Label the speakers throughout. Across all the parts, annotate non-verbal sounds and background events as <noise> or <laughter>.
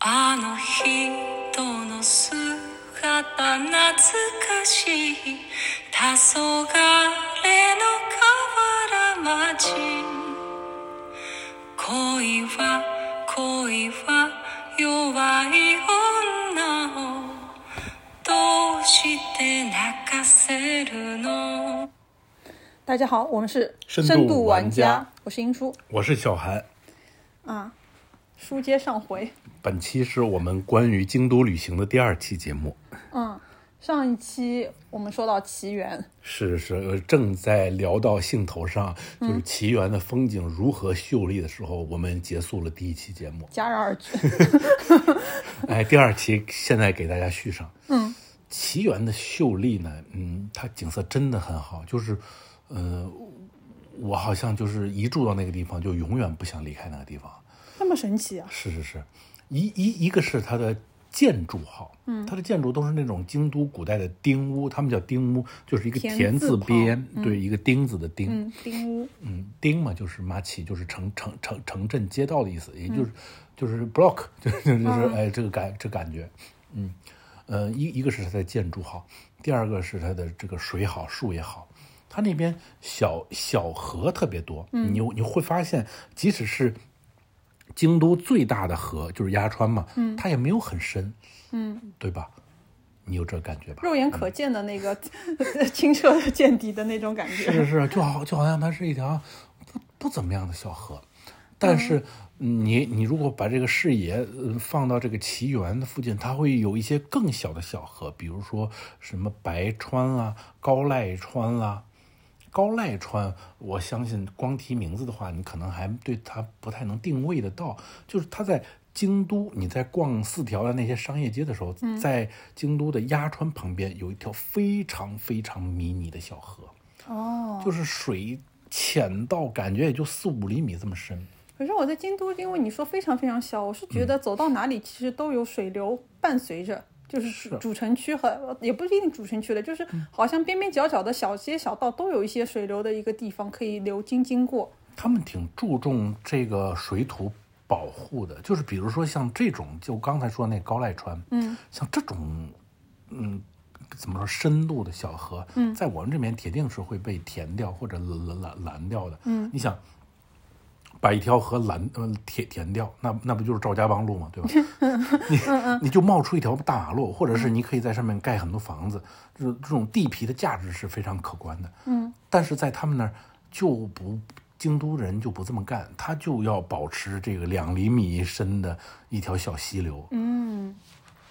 Speaker 1: あの人の姿懐かしい黄昏の河原町恋は恋は弱い女をどうして泣かせるの
Speaker 2: 大家好，我们是
Speaker 3: 深度
Speaker 2: 度
Speaker 3: 玩
Speaker 2: 家，
Speaker 3: 家
Speaker 2: 我是英叔
Speaker 3: 我是小韩。
Speaker 2: 啊。书接上回，
Speaker 3: 本期是我们关于京都旅行的第二期节目，
Speaker 2: 嗯，上一期我们说到奇缘，。
Speaker 3: 是是呃正在聊到兴头上，就是奇缘的风景如何秀丽的时候，我们结束了第一期节目 <laughs>
Speaker 2: 戛然而止。
Speaker 3: 哎，第二期现在给大家续上。嗯，奇缘的秀丽呢，嗯，它景色真的很好，就是，呃，我好像就是一住到那个地方就永远不想离开那个地方。
Speaker 2: 那么神奇啊！
Speaker 3: 是是是，一一一个是它的建筑好，嗯，它的建筑都是那种京都古代的丁屋，他们叫丁屋，就是一个
Speaker 2: 田
Speaker 3: 田
Speaker 2: 字
Speaker 3: 字
Speaker 2: 旁
Speaker 3: 边，对，一个丁字的丁，
Speaker 2: 嗯，丁屋，
Speaker 3: 嗯，町嘛就是马起，就是城城城城镇街道的意思，也
Speaker 2: 嗯
Speaker 3: 就是、就是 block，就是 <laughs> 就是、
Speaker 2: 哦
Speaker 3: 哎这个感这感觉，嗯，呃一一个是它的建筑好，第二个是它的这个水好树也好，它那边小小河特别多，嗯、你你会发现即使是京都最大的河就是鸭川嘛，嗯、它也没有很深，嗯，对吧？你有这感觉吧？
Speaker 2: 肉眼可见的那个 <laughs> 清澈见底的那种感觉。
Speaker 3: 是是是，就好就好像它是一条不不怎么样的小河，但是你你如果把这个视野呃放到这个奇缘的附近，它会有一些更小的小河，比如说什么白川啦、高濑川啦、高濑川，我相信光提名字的话，你可能还对它不太能定位得到。就是它在京都，你在逛四条啊的那些商业街的时候，在京都的鸭川旁边有一条非常非常迷你的小河，
Speaker 2: 哦，
Speaker 3: 就是水浅到感觉也就四五厘米这么深。
Speaker 2: 可是我在京都，因为你说非常非常小，我是觉得走到哪里其实都有水流伴随着，就是主主城区和也不一定主城区了，就是好像边边角角的小街小道都有一些水流的一个地方可以流经经过。
Speaker 3: 他们挺注重这个水土保护的，就是比如说像这种，就刚才说那高濑川，嗯，像这种，嗯，怎么说深度的小河，嗯，在我们这边铁定是会被填掉或者拦拦拦掉的，嗯，你想。把一条河拦呃填填掉，那那不就是赵家浜路吗？ <laughs> 对吧？你你就冒出一条大马路，或者是你可以在上面盖很多房子，这这种地皮的价值是非常可观的。嗯，但是在他们那儿就不，京都人就不这么干，他就要保持这个两厘米深的一条小溪流。嗯，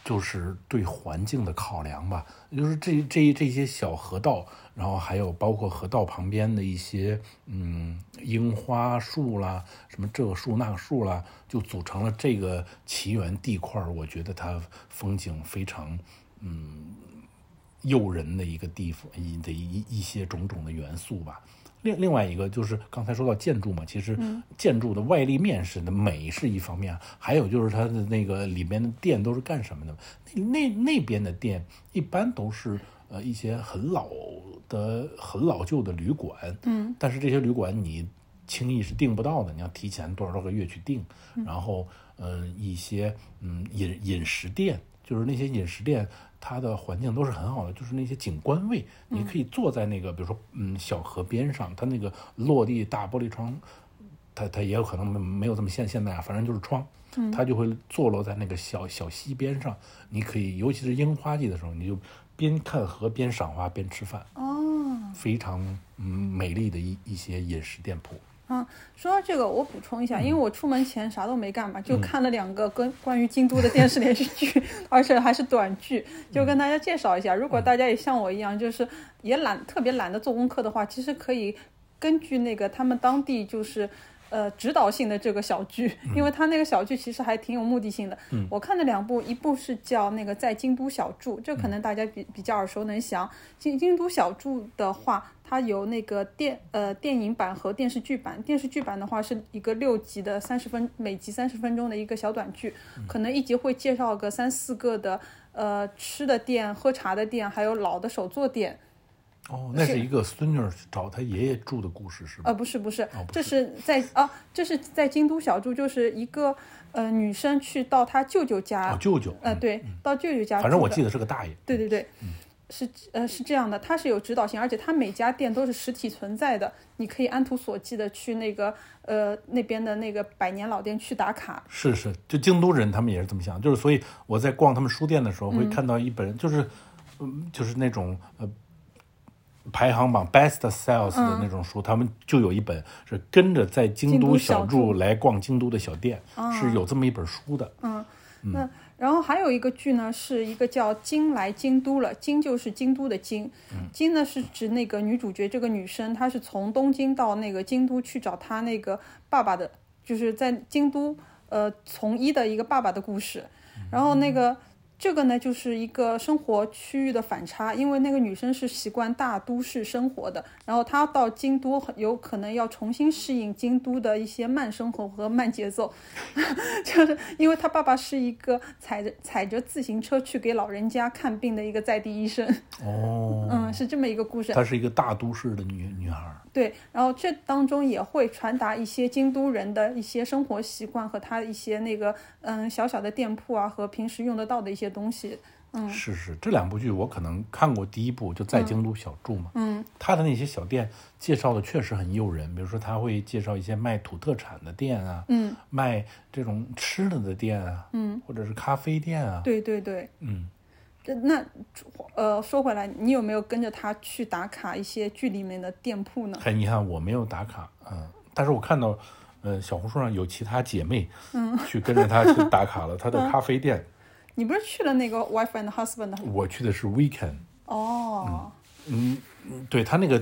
Speaker 3: 就是对环境的考量吧，就是这这这些小河道，然后还有包括河道旁边的一些嗯樱花树啦，什么这个树那个树啦，就组成了这个奇缘地块儿。我觉得它风景非常诱人的一个地方，一的一一些种种的元素吧。另另外一个就是刚才说到建筑嘛，其实建筑的外立面是的美是一方面啊，还有就是它的那个里面的店都是干什么的？那那那边的店一般都是呃一些很老的、很老旧的旅馆，嗯，但是这些旅馆你轻易是订不到的，你要提前多少多少个月去订。然后，嗯、一些嗯饮饮食店，就是那些饮食店，它的环境都是很好的，就是那些景观位，你可以坐在那个，比如说嗯小河边上，它那个落地大玻璃窗，它它也有可能没没有这么现现代啊，反正就是窗。它就会坐落在那个小小溪边上，你可以，尤其是樱花季的时候，你就边看河边赏花边吃饭，
Speaker 2: 哦，
Speaker 3: 非常嗯美丽的一一些饮食店铺。
Speaker 2: 啊，说到这个，我补充一下，因为我出门前啥都没干嘛，就看了两个跟关于京都的电视连续剧， <laughs> 而且还是短剧，就跟大家介绍一下。如果大家也像我一样，就是也懒，特别懒得做功课的话，其实可以根据那个他们当地就是。呃，指导性的这个小剧， <laughs> 因为他那个小剧其实还挺有目的性的。我看了两部，一部是叫那个《在京都小住》，这可能大家比比较耳熟能详。京京都小住的话，它有那个电呃电影版和电视剧版。电视剧版的话是一个六集的三十分，每集三十分钟的一个小短剧， <laughs> 可能一集会介绍个三四个的呃吃的店、喝茶的店，还有老的手作店。
Speaker 3: 哦，那
Speaker 2: 是
Speaker 3: 是一个孙女儿找她爷爷住的故事是吗
Speaker 2: 呃，？不是不是，
Speaker 3: 哦不
Speaker 2: 这是在啊，这是在京都小住，就是一个呃女生去到她舅舅家，
Speaker 3: 哦，舅舅，
Speaker 2: 呃对，到舅舅家住的，
Speaker 3: 反正我记得是嗯个大爷。
Speaker 2: 对对对，是呃是这样的，它是有指导性，而且它每家店都是实体存在的，你可以按图索骥的去那个呃那边的那个百年老店去打卡。
Speaker 3: 是是，就京都人他们也是这么想，就是所以我在逛他们书店的时候
Speaker 2: 嗯
Speaker 3: 会看到一本，就是嗯，就是那种呃排行榜 best sales 的那种书，他们就有一本是跟着在
Speaker 2: 嗯
Speaker 3: 京
Speaker 2: 京
Speaker 3: 都
Speaker 2: 都
Speaker 3: 小
Speaker 2: 小
Speaker 3: 住
Speaker 2: 住啊嗯
Speaker 3: 来逛京都的小店，是有这么一本书的。
Speaker 2: 那然后还有一个剧呢，是一个叫《京来京都了》，京就是京都的京，京呢是指那个女主角这个女生，她是从东京到那个京都去找她那个爸爸的，就是在京都呃从医的一个爸爸的故事。然后那个这个呢，就是一个生活区域的反差，因为那个女生是习惯大都市生活的，然后她到京都很有可能要重新适应京都的一些慢生活和慢节奏，就是因为她爸爸是一个踩着踩着自行车去给老人家看病的一个在地医生，
Speaker 3: 哦，
Speaker 2: 嗯，是这么一个故事。
Speaker 3: 她是一个大都市的女女孩儿。
Speaker 2: 对，然后这当中也会传达一些京都人的一些生活习惯和他一些那个嗯小小的店铺啊和平时用得到的一些东西。
Speaker 3: 是是，这两部剧我可能看过第一部，就在京都小住嘛。嗯，他的那些小店介绍的确实很诱人，比如说他会介绍一些卖土特产的店啊，嗯，卖这种吃的的店啊，嗯，或者是咖啡店啊。
Speaker 2: 对对对，
Speaker 3: 嗯
Speaker 2: 这那呃说回来，你有没有跟着他去打卡一些剧里面的店铺呢？
Speaker 3: 很遗憾我没有打卡，嗯，但是我看到，呃，小红书上有其他姐妹，嗯，去跟着他去打卡了他的咖啡店。
Speaker 2: 你不是去了那个 wife and husband
Speaker 3: 我去的是 Weekend，
Speaker 2: 哦，
Speaker 3: 对他那个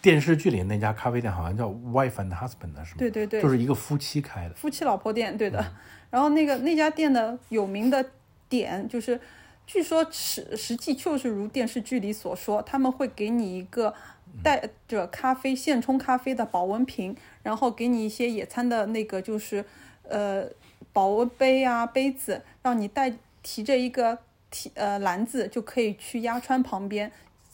Speaker 3: 电视剧里那家咖啡店好像叫 Wife and Husband 啊，是吗？
Speaker 2: 对对对
Speaker 3: 就是一个夫妻开的。
Speaker 2: 呃夫妻老婆店，对的。然后那个那家店的有名的点就是，据说实实际就是如电视剧里所说，他们会给你一个带着咖啡现冲咖啡的保温瓶，然后给你一些野餐的那个就是呃保温杯啊杯子，让你带提着一个提呃篮子就可以去鸭川旁边。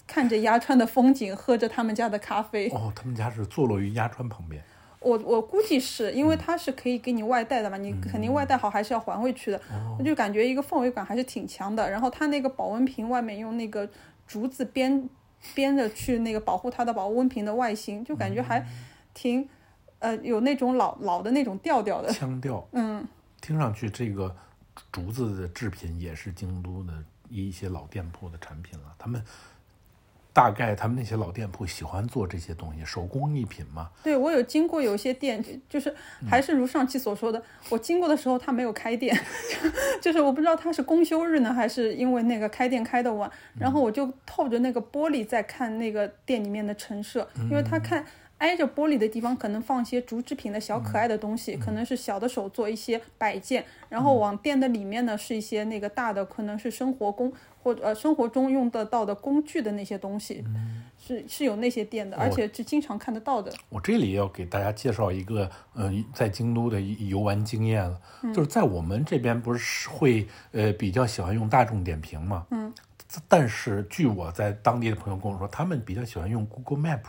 Speaker 2: 看着鸭川的风景，喝着他们家的咖啡，
Speaker 3: <laughs> 哦，他们家是坐落于鸭川旁边。
Speaker 2: 我我估计是因为它是可以给你外带的嘛，你肯定外带好还是要还回去的。我就感觉一个氛围感还是挺强的。然后它那个保温瓶外面用那个竹子编编着去那个保护它的保温瓶的外形，就感觉还挺呃有那种老老的那种调调的。
Speaker 3: 腔调， <laughs> 嗯，听上去这个竹子的制品也是京都的一些老店铺的产品了。他们大概他们那些老店铺喜欢做这些东西，手工艺品嘛。
Speaker 2: 对我有经过有些店，就是还是如上期所说的，我经过的时候它没有开店， <laughs> 就是我不知道它是公休日呢，还是因为那个开店开的晚。然后我就透着那个玻璃在看那个店里面的陈设，因为他看挨着玻璃的地方可能放一些竹制品的小可爱的东西，可能是小的手作一些摆件，然后往店的里面呢是一些那个大的，可能是生活工或者呃生活中用得到的工具的那些东西。是是有那些店的，而且是经常看得到的。
Speaker 3: 我这里要给大家介绍一个，呃，在京都的一游玩经验了，就是在我们这边不是会呃比较喜欢用大众点评嘛，嗯，但是据我在当地的朋友跟我说，他们比较喜欢用 Google Map，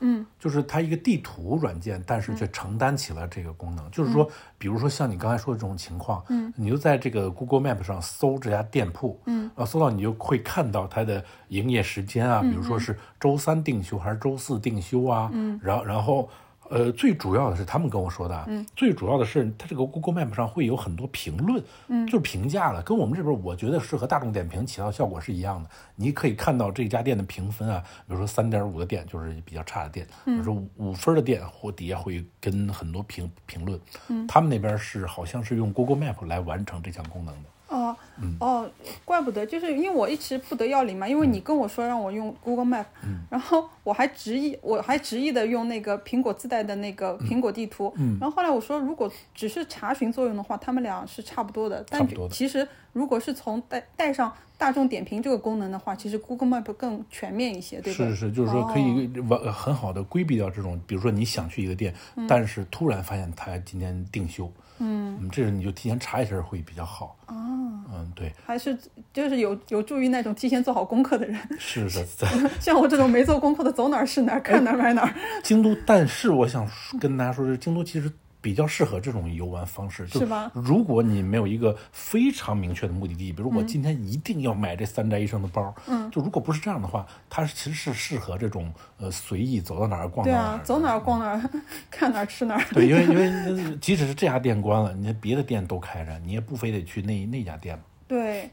Speaker 3: 嗯，就是它一个地图软件，但是却承担起了这个功能，就是说，比如说像你刚才说的这种情况，嗯，你就在这个 Google Map 上搜这家店铺，嗯，啊，搜到你就会看到它的营业时间啊，比如说是周三定休还是周四定休啊，嗯，然后然后。呃，最主要的是他们跟我说的，嗯，最主要的是它这个 Google Map 上会有很多评论，嗯，就是评价了，跟我们这边我觉得是和大众点评起到效果是一样的。你可以看到这家店的评分啊，比如说三点五的店就是比较差的店，比如说五分的店或底下会跟很多评评论，嗯，他们那边是好像是用 Google Map 来完成这项功能的，
Speaker 2: 哦，
Speaker 3: 嗯
Speaker 2: 哦，怪不得，就是因为我一直不得要领嘛，因为你跟我说让我用 Google Map，、然
Speaker 3: 嗯
Speaker 2: 后我还执意， <laughs> 我还执意的用那个苹果自带的那个
Speaker 3: 嗯
Speaker 2: 苹果地图，然后后来我说，如果只是查询作用的话，他们俩是差不多的，但
Speaker 3: 差不多的
Speaker 2: 其实如果是从带带上大众点评这个功能的话，其实 Google Map 更全面一些，对哦吧？
Speaker 3: 是是，就是说可以完、很好的规避掉这种，比如说你想去一个店，但是嗯突然发现它今天定休，嗯，这是你就提前查一下会比较好。
Speaker 2: 嗯哦，
Speaker 3: 嗯，对，
Speaker 2: 还是就是有有助于那种提前做好功课的人， <laughs>
Speaker 3: 是的，在 <laughs>
Speaker 2: 像我这种没做功课的，走哪儿是
Speaker 3: 哎
Speaker 2: 哪儿，看哪儿买哪儿。
Speaker 3: 京都，但是我想说跟大家说，是京都其实比较适合这种游玩方式，就是
Speaker 2: 吗
Speaker 3: 如果你没有一个非常明确的目的地，比如
Speaker 2: 嗯
Speaker 3: 我今天一定要买这三宅一生的包，嗯，就如果不是这样的话，它其实是适合这种呃随意走到哪儿逛到
Speaker 2: 对
Speaker 3: 哪
Speaker 2: 啊
Speaker 3: 儿，，
Speaker 2: 走哪儿逛哪儿， <laughs> 看哪儿吃哪儿。
Speaker 3: <laughs> 对，因为因为即使是这家店关了，你别的店都开着，你也不非得去那那家店嘛。
Speaker 2: 对，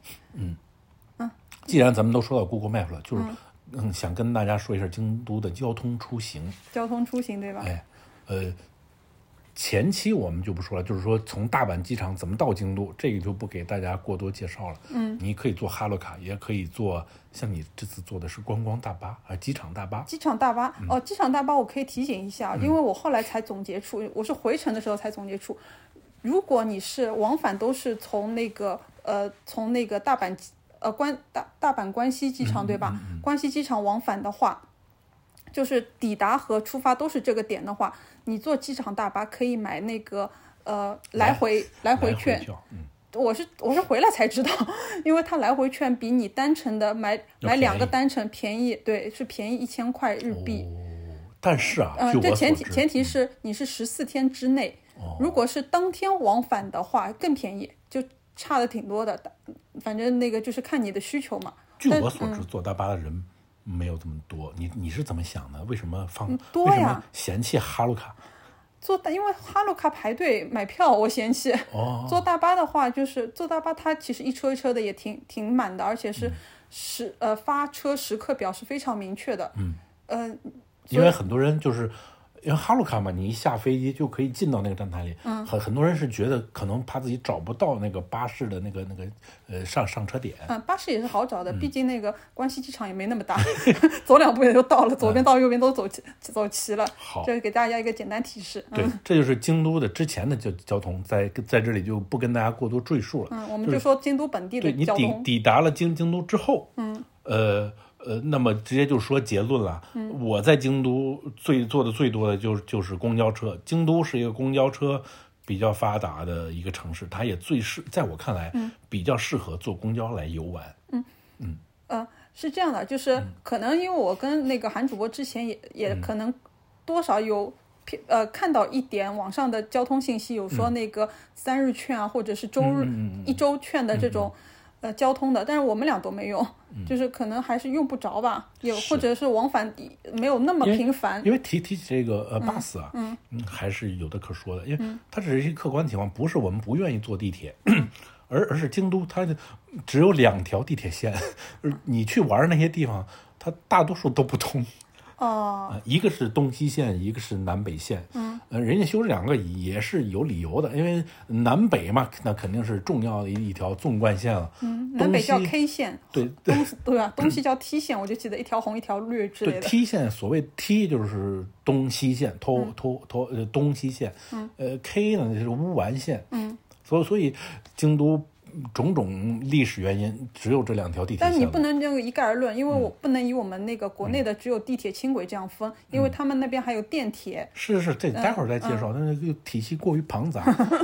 Speaker 3: 既然咱们都说到 Google Map 了，就是嗯，想跟大家说一下京都的交通出行。
Speaker 2: 交通出行对吧？
Speaker 3: 哎，呃，前期我们就不说了，就是说从大阪机场怎么到京都，这个就不给大家过多介绍了。嗯，你可以坐哈罗卡，也可以坐像你这次坐的是观光大巴啊，机场大巴。
Speaker 2: 机场大巴哦，机场大巴我可以提醒一下，因为我后来才总结出，我是回程的时候才总结出，如果你是往返都是从那个呃从那个大阪机呃关大大阪关西机场对吧？关西机场往返的话，就是抵达和出发都是这个点的话，你坐机场大巴可以买那个呃来回来
Speaker 3: 来
Speaker 2: 回券，
Speaker 3: 票，嗯，
Speaker 2: 我是我是回来才知道，因为它来回券比你单程的买
Speaker 3: 要
Speaker 2: 买两个
Speaker 3: 便宜
Speaker 2: 单程便宜，对，是便宜一千块日币。
Speaker 3: 但是啊，
Speaker 2: 嗯
Speaker 3: 据，
Speaker 2: 这
Speaker 3: 我所
Speaker 2: 前提前
Speaker 3: 知，哦
Speaker 2: 提是你是十四天之内，如果是当天往返的话更便宜，就差的挺多的。反正那个就是看你的需求嘛。
Speaker 3: 据我所
Speaker 2: 嗯
Speaker 3: 知，坐大巴的人没有这么多。你你是怎么想的？为什么放？
Speaker 2: 嗯多
Speaker 3: 为什
Speaker 2: 呀
Speaker 3: 么嫌弃哈罗卡？
Speaker 2: 坐大因为哈鲁卡排队买票我嫌弃，<laughs>
Speaker 3: 哦
Speaker 2: 坐大巴的话就是坐大巴它其实一车一车的也挺挺满的，而且
Speaker 3: 嗯
Speaker 2: 是时、呃发车时刻表是非常明确的。嗯，呃，
Speaker 3: 因为很多人就是因为哈鲁卡嘛，你一下飞机就可以进到那个站台里。
Speaker 2: 嗯
Speaker 3: 很很多人是觉得可能怕自己找不到那个巴士的那个那个呃上上车点。
Speaker 2: 嗯，巴士也是好找的，毕竟那个关西机场也没那么大， <laughs> 走两步也就到了，左边到右边都走齐走齐了。
Speaker 3: 嗯好
Speaker 2: 这是给大家一个简单提示。嗯
Speaker 3: 对，这就是京都的之前的交交通，在在这里就不跟大家过多赘述了。
Speaker 2: 嗯，我们就说京都本地的
Speaker 3: 对你
Speaker 2: 交
Speaker 3: 抵
Speaker 2: 通，
Speaker 3: 抵达了京京都之后，嗯，呃呃，那么直接就说结论了。我在京都最坐的最多的就是就是公交车。京都是一个公交车比较发达的一个城市，它也最适，在我看来，比较适合坐公交来游玩。
Speaker 2: 呃，是这样的，就是
Speaker 3: 嗯
Speaker 2: 可能因为我跟那个韩主播之前也也可能多少有偏。呃，看到一点网上的交通信息，有
Speaker 3: 嗯
Speaker 2: 说那个三日券啊，或者是周日、一周券的这种，
Speaker 3: 嗯
Speaker 2: 呃，交通的，但是我们俩都没用， <laughs> 就是可能还是用不着吧，也或者是往返没有那么
Speaker 3: 因为
Speaker 2: 频繁，
Speaker 3: 因为提提起这个呃 bus 啊，嗯，还是有的可说的，因为它只是一个客观情况，不是我们不愿意坐地铁，而而是京都它的只有两条地铁线， <laughs> 而你去玩那些地方，它大多数都不通。
Speaker 2: 哦、
Speaker 3: 啊，一个是东西线，一个是南北线。嗯，呃，人家修这两个也是有理由的，因为南北嘛，那肯定是重要的一一条纵贯线了。嗯，
Speaker 2: 南北叫 K 线，
Speaker 3: 对
Speaker 2: 东对吧？东西叫 T 线，我就记得一条红一条绿之类
Speaker 3: 对
Speaker 2: 的。
Speaker 3: T 线，所谓 T 就是东西线，
Speaker 2: 嗯
Speaker 3: 偷偷偷呃东西线，呃 K 呢就是乌丸线，嗯，所以所以京都种种历史原因，只有这两条地铁线
Speaker 2: 但
Speaker 3: 了。
Speaker 2: 你不能这个一概而论，因为
Speaker 3: 嗯
Speaker 2: 我不能以我们那个国内的只有地铁、轻轨这样分，因
Speaker 3: 嗯
Speaker 2: 为他们那边还有电铁。
Speaker 3: 是是，
Speaker 2: 嗯
Speaker 3: 这待会儿再介绍，但是这个体系过于庞杂。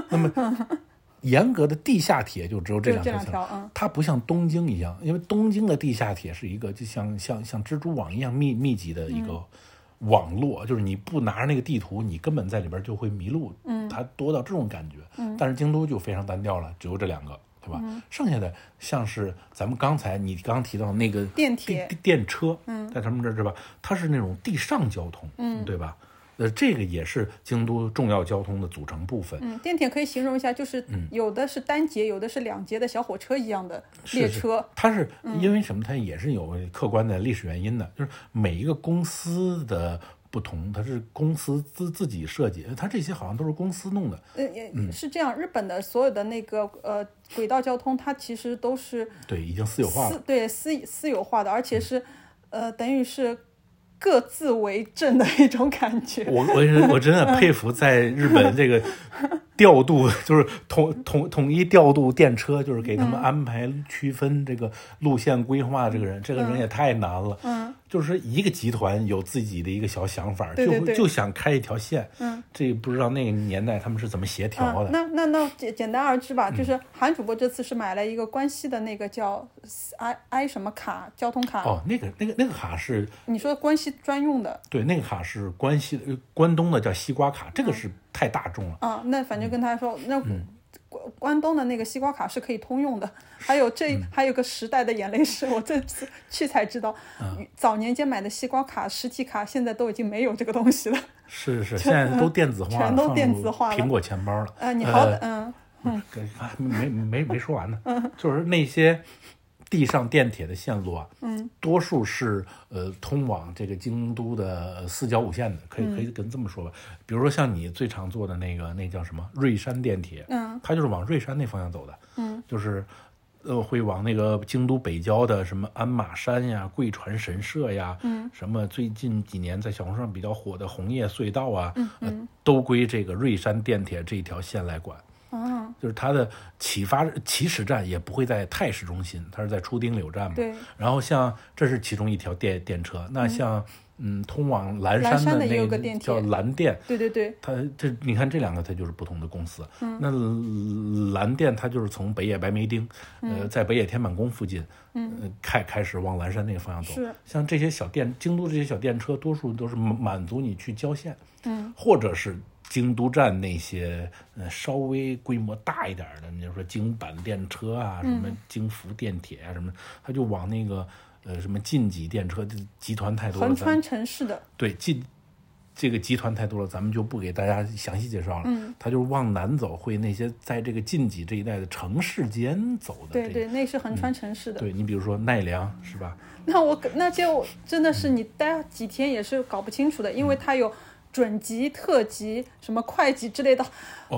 Speaker 3: 那么，
Speaker 2: <laughs>
Speaker 3: 严格的地下铁就只有这
Speaker 2: 就
Speaker 3: 两条
Speaker 2: 这
Speaker 3: 线
Speaker 2: 两条嗯
Speaker 3: 它不像东京一样，因为东京的地下铁是一个就像像像蜘蛛网一样密密集的一个网络，就是你不拿着那个地图，你根本在里边就会迷路。嗯，它多到这种感觉。嗯，但是京都就非常单调了，只有这两个。对吧？剩下的像是咱们刚才你刚提到那个
Speaker 2: 电铁
Speaker 3: 地电车，嗯，在他们这儿是吧？它是那种地上交通，嗯，对吧？呃，这个也是京都重要交通的组成部分。
Speaker 2: 嗯，电铁可以形容一下，就是
Speaker 3: 嗯
Speaker 2: 有的是单节，有的是两节的小火车一样的
Speaker 3: 是
Speaker 2: 列
Speaker 3: 是
Speaker 2: 车。嗯
Speaker 3: 它是因为什么？它也是有客观的历史原因的，就是每一个公司的不同，它是公司自自己设计，它这些好像都是公司弄的。
Speaker 2: 呃，也
Speaker 3: 嗯
Speaker 2: 是这样，日本的所有的那个呃轨道交通，它其实都是
Speaker 3: 对，已经私有化嗯
Speaker 2: 私
Speaker 3: 了。
Speaker 2: 对私私有化的，而且是呃等于是各自为政的一种感觉。
Speaker 3: 我我我真的佩服在日本这个调度， <laughs> 就是统统统一调度电车，就是给他
Speaker 2: 嗯
Speaker 3: 们安排区分这个路线规划。这个人，这个人也太难了。
Speaker 2: 嗯，
Speaker 3: 就是一个集团有自己的一个小想法，
Speaker 2: 对对对
Speaker 3: 就就想开一条线。
Speaker 2: 嗯，
Speaker 3: 这不知道那个年代他们是怎么协调嗯
Speaker 2: 啊
Speaker 3: 的。，
Speaker 2: 那那那简简单而知吧，就是韩主播这次是买了一个关西的那个叫 i i 什么卡，交通卡。
Speaker 3: 哦，那个那个那个卡是
Speaker 2: 你说关西专用的
Speaker 3: 对，那个卡是关西呃关东的叫西瓜卡，
Speaker 2: 嗯
Speaker 3: 这个是太大众了。
Speaker 2: 啊，那反正
Speaker 3: 嗯
Speaker 2: 跟他说，那关关东的那个西瓜卡是可以通用的。还有这
Speaker 3: 嗯
Speaker 2: 还有个时代的眼泪是我这
Speaker 3: <laughs>
Speaker 2: 次去才知道，
Speaker 3: 嗯
Speaker 2: 早年间买的西瓜卡、实体卡现在都已经没有这个东西了。
Speaker 3: 是是，现在都电子化了，
Speaker 2: 全都
Speaker 3: 放
Speaker 2: 电
Speaker 3: 入
Speaker 2: 子化了
Speaker 3: 苹果钱包了。
Speaker 2: 啊，你好歹
Speaker 3: 呃
Speaker 2: 嗯。
Speaker 3: 跟啊没没没说完呢，就是那些地上电铁的线路啊，嗯，多数是呃通往这个京都的呃四角五线的，可以可以跟这么说吧。比如说像你最常坐的那个那叫什么瑞山电铁，
Speaker 2: 嗯，
Speaker 3: 它就是往瑞山那方向走的，嗯，就是。呃，会往那个京都北郊的什么鞍马山呀、贵船神社呀，嗯，什么最近几年在小红书上比较火的红叶隧道啊，嗯呃、都归这个瑞山电铁这一条线来管。就是它的启发起始站也不会在太市中心，它是在出丁柳站嘛。
Speaker 2: 对。
Speaker 3: 然后像这是其中一条电电车，那像嗯通往蓝
Speaker 2: 蓝山
Speaker 3: 山
Speaker 2: 的也有
Speaker 3: 那
Speaker 2: 个电
Speaker 3: 叫
Speaker 2: 铁
Speaker 3: 蓝电，
Speaker 2: 对对对，
Speaker 3: 它这你看这两个它就是不同的公司。那蓝电它就是从北野白梅町，呃，在北野天满宫附近，嗯，开开始往蓝山那个方向走。
Speaker 2: 是
Speaker 3: 像这些小电，京都这些小电车，多数都是满满足你去郊县，嗯，或者是。京都站那些，呃，稍微规模大一点儿的，你就说京阪电车啊，什么京福电铁啊，什么的，它就往那个，呃，什么近畿电车，这集团太多了，
Speaker 2: 横
Speaker 3: 咱
Speaker 2: 穿
Speaker 3: 们
Speaker 2: 城市的，
Speaker 3: 对，进这个集团太多了，咱们就不给大家详细介绍了。嗯，它就是往南走，会那些在这个近畿这一带的城市间走的
Speaker 2: 对
Speaker 3: 这个。嗯
Speaker 2: 对，那是横穿城市的。
Speaker 3: 对你比如说奈良是吧？
Speaker 2: <laughs> 那我那就真的是你待几天也是搞不清楚的，因
Speaker 3: 嗯
Speaker 2: 为它有准级、特级、什么快级之类的，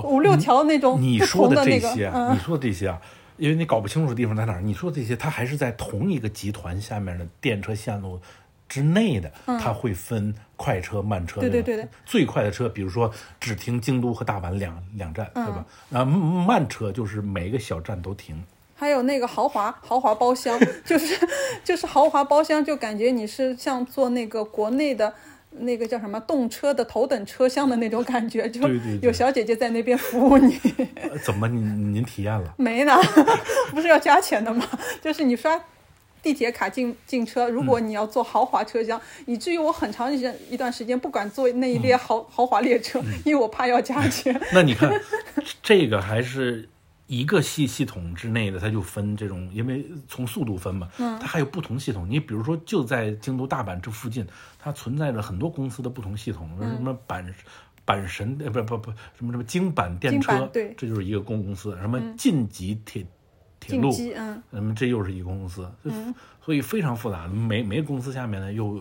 Speaker 2: 五六条那种
Speaker 3: 哦你
Speaker 2: 哦不
Speaker 3: 说
Speaker 2: 同
Speaker 3: 的这
Speaker 2: 那个，
Speaker 3: 些，
Speaker 2: 嗯
Speaker 3: 你说的这些啊，因为你搞不清楚的地方在哪儿。你说这些，它还是在同一个集团下面的电车线路之内的，它会分快车、慢车。
Speaker 2: 嗯对对
Speaker 3: 吧
Speaker 2: 对对
Speaker 3: 最快的车，比如说只停京都和大阪两两站，
Speaker 2: 嗯
Speaker 3: 对吧？啊，慢车就是每个小站都停。
Speaker 2: 还有那个豪华豪华包厢， <laughs> 就是就是豪华包厢，就感觉你是像坐那个国内的。那个叫什么动车的头等车厢的那种感觉，就
Speaker 3: 对对对
Speaker 2: 有小姐姐在那边服务你。
Speaker 3: 呃怎么您您体验了？ <laughs>
Speaker 2: 没呢， <laughs> 不是要加钱的吗？就是你刷地铁卡进进车，如
Speaker 3: 嗯
Speaker 2: 果你要坐豪华车厢，以至于我很长一间一段时间不敢坐那一
Speaker 3: 嗯
Speaker 2: 列豪、豪华列车，因为我怕要加钱。
Speaker 3: 那你看，这个还是一个系系统之内的，它就分这种，因为从速度分嘛，
Speaker 2: 嗯
Speaker 3: 它还有不同系统。你比如说，就在京都、大阪这附近，它存在着很多公司的不同系统，什
Speaker 2: 嗯
Speaker 3: 么阪。阪神呃不不不什么什么京阪电
Speaker 2: 京
Speaker 3: 车
Speaker 2: 阪，对嗯
Speaker 3: 这就是一个公公司。什么晋级铁、铁路，
Speaker 2: 晋级嗯，
Speaker 3: 嗯，这又是一个公司，嗯、所以非常复杂。每每个公司下面呢，又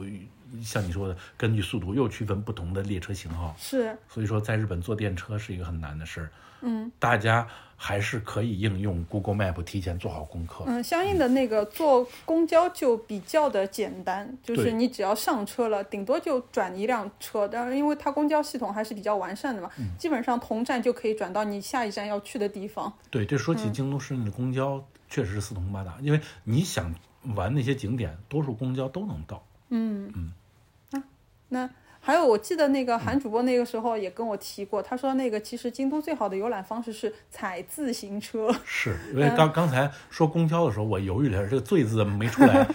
Speaker 3: 像你说的，根据速度又区分不同的列车型号。
Speaker 2: 是，
Speaker 3: 所以说，在日本坐电车是一个很难的事儿。嗯，大家还是可以应用 Google Map 提前做好功课。
Speaker 2: 嗯，相应的那个坐公交就比较的简单，就是
Speaker 3: 对
Speaker 2: 你只要上车了，顶多就转一辆车。但是因为它公交系统还是比较完善的嘛，
Speaker 3: 嗯
Speaker 2: 基本上同站就可以转到你下一站要去的地方。
Speaker 3: 对，这说起京都市内的公交，确实是四通八达，因为你想玩那些景点，多数公交都能到。
Speaker 2: 那还有，我记得
Speaker 3: 嗯
Speaker 2: 那个韩主播那个时候也跟我提过，他说那个其实京都最好的游览方式是踩自行车。
Speaker 3: 是嗯因为刚刚才说公交的时候，我犹豫了一下，这个“最”字没出 <laughs> 来，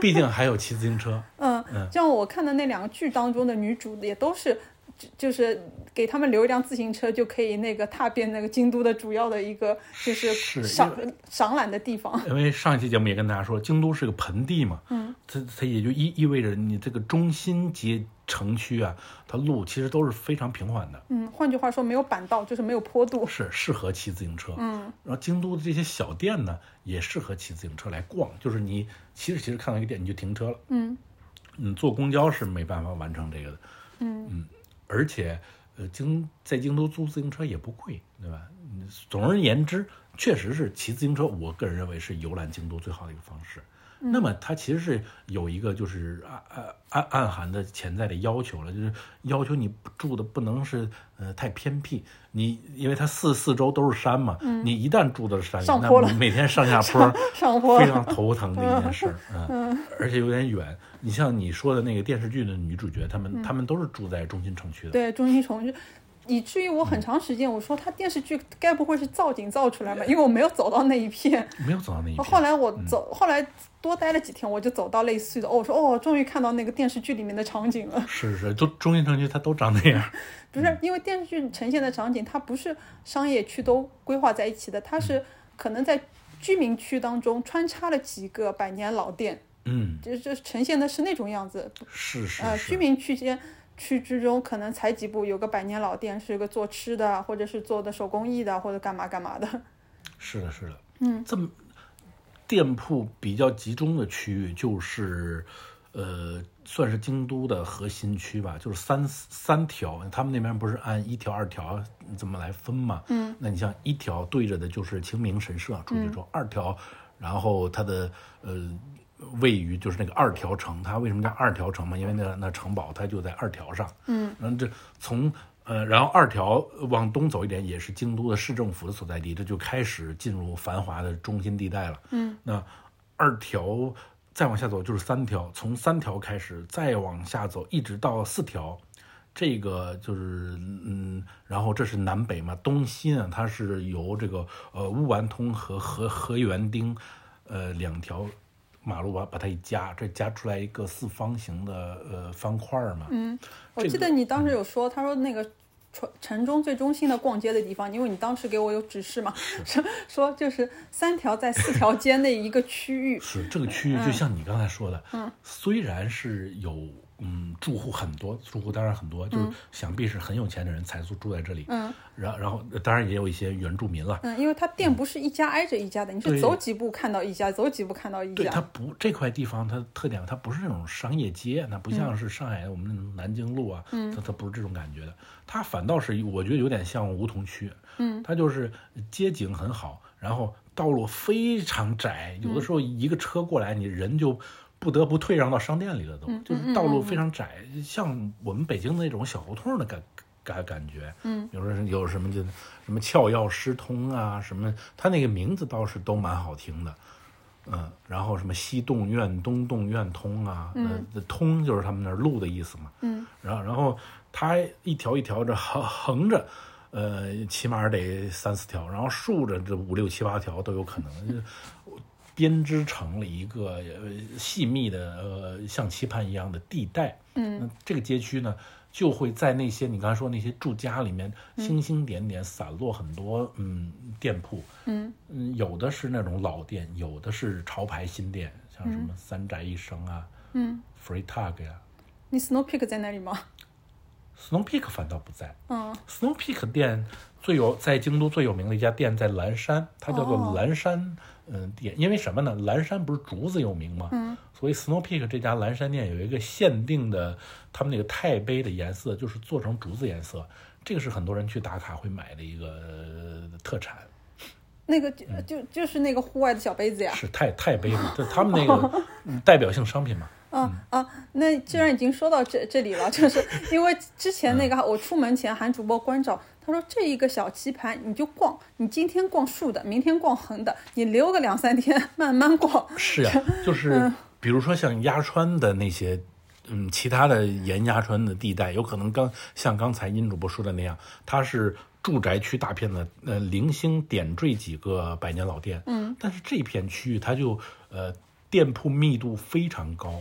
Speaker 3: 毕竟还有骑自行车。
Speaker 2: 嗯，像我看的那两个剧当中的女主也都是，就就是给他们留一辆自行车就可以那个踏遍那个京都的主要的一个就是是
Speaker 3: 因
Speaker 2: 赏赏览的地方。
Speaker 3: 因为上一期节目也跟大家说，京都是个盆地嘛，嗯，它它也就意意味着你这个中心街城区啊，它路其实都是非常平缓的，
Speaker 2: 嗯，换句话说，没有板道就是没有坡度。
Speaker 3: 是适合骑自行车。嗯，然后京都的这些小店呢，也适合骑自行车来逛，就是你骑着骑着看到一个店你就停车了。
Speaker 2: 嗯
Speaker 3: 嗯，坐公交是没办法完成这个的。嗯而且呃，京在京都租自行车也不贵，对吧？嗯总而言之，确实是骑自行车，我个人认为是游览京都最好的一个方式。
Speaker 2: 嗯
Speaker 3: 那么它其实是有一个就是暗暗暗暗含的潜在的要求了，就是要求你住的不能是呃太偏僻，你因为它四四周都是山嘛，你一旦住的是山里
Speaker 2: 嗯上，坡
Speaker 3: 那
Speaker 2: 了
Speaker 3: 每天上下坡
Speaker 2: 上 <laughs> 坡
Speaker 3: 非常头疼的一件事儿，嗯，而且有点远。你像你说的那个电视剧的女主角，她
Speaker 2: 嗯
Speaker 3: 们她们都是住在中心城区的，
Speaker 2: 对，中心重置，以至于我很长时间我说他电视剧该不会是造景造出来吧？因为我没有走到那一片。
Speaker 3: 没有走到那一
Speaker 2: 哦后
Speaker 3: 片。嗯
Speaker 2: 来我走，后来多待了几天，我就走到类似的，哦，我说哦，终于看到那个电视剧里面的场景了。 <laughs>
Speaker 3: 是是，都中心城区它都长那样，
Speaker 2: 不
Speaker 3: 嗯
Speaker 2: 是因为电视剧呈现的场景，它不是商业区都规划在一起的，它
Speaker 3: 嗯
Speaker 2: 是可能在居民区当中穿插了几个百年老店，
Speaker 3: 嗯，
Speaker 2: 就就呈现的是那种样子，
Speaker 3: 是是
Speaker 2: 呃，居
Speaker 3: 是，
Speaker 2: 民区间区之中，可能才几步有个百年老店，是个做吃的，或者是做的手工艺的，或者干嘛干嘛的。
Speaker 3: 是的，是的，嗯，这么店铺比较集中的区域就是，呃，算是京都的核心区吧，就是三三条，他们那边不是按一条、二条怎么来分嘛？嗯，那你像一条对着的就是清明神社，出去之后，二条，然后它的呃。位于就是那个二条城，它为什么叫二条城嘛？因为那那城堡它就在二条上。嗯，然后这从呃，然后二条往东走一点，也是京都的市政府的所在地，这就开始进入繁华的中心地带了。嗯，那二条再往下走就是三条，从三条开始，再往下走一直到四条。这个就是嗯，然后这是南北嘛，东西呢，它是由这个呃乌丸通和和和园町，呃两条马路把把它一夹，这夹出来一个四方形的呃方块儿嘛，嗯，，
Speaker 2: 我记得你当时有说，他说那个城城中最中心的逛街的地方，因为你当时给我有指示嘛，说说就是三条在四条间的一个区域
Speaker 3: 是这个区域，就像你刚才说的，虽然是有嗯住户很多，住户当然很多，就是想必是很有钱的人才住住在这里，嗯，然然后当然也有一些原住民了，
Speaker 2: 嗯，因为它店不是一家挨着一家的，你
Speaker 3: 对
Speaker 2: 是走几步看到一家，走几步看到一
Speaker 3: 对，它
Speaker 2: 家。
Speaker 3: 不这块地方它的特点，它不是那种商业街，那不像是上海我们那种南京路啊，它它不是这种感觉的，它反倒是我觉得有点像梧桐区，嗯，它就是街景很好，然后道路非常窄，有的时候一个车过来，你人就。不得不退让到商店里了都，就是道路非常窄，像我们北京的那种小胡同的感感感觉，嗯，有的是有什么就什么窍药师通啊，什么，它那个名字倒是都蛮好听的，嗯，然后什么西洞院、东洞院通啊，嗯、呃，通就是他们那儿路的意思嘛。嗯，然后然后它一条一条这横横着，呃，起码得三四条，然后竖着这五六七八条都有可能， <laughs> 就是编织成了一个呃细密的呃像棋盘一样的地带。嗯，那这个街区呢，就会在那些你刚才说那些住家里面，星星点点散落很多嗯店铺。嗯有的是那种老店，有的是潮牌新店，像什么三宅一生啊，嗯，Free Tag 呀、
Speaker 2: 你 Snow Peak 在那里吗？
Speaker 3: Snow Peak 反倒不在。
Speaker 2: 嗯
Speaker 3: Snow Peak 店最有在京都最有名的一家店在岚山，它叫做岚山嗯、呃店，因为什么呢？岚山不是竹子有名吗？嗯，所以 Snow Peak 这家岚山店有一个限定的，他们那个钛杯的颜色就是做成竹子颜色，这个是很多人去打卡会买的一个呃特产。
Speaker 2: 那个就
Speaker 3: 嗯
Speaker 2: 就就是那个户外的小杯子呀。
Speaker 3: 是太太卑 <laughs> 鄙，就他们那个嗯代表性商品嘛。
Speaker 2: 啊啊，那既然已经说到这这里了，就是因为之前
Speaker 3: 嗯
Speaker 2: 那个我出门前韩主播关照，他说这一个小棋盘你就逛，你今天逛竖的，明天逛横的，你留个两三天慢慢逛。
Speaker 3: 是呀、啊 <laughs> 就是比如说像鸭川的那些，嗯，其他的沿鸭川的地带，有可能刚像刚才殷主播说的那样，它是住宅区大片的，呃，零星点缀几个百年老店。嗯，但是这片区域它就呃店铺密度非常高。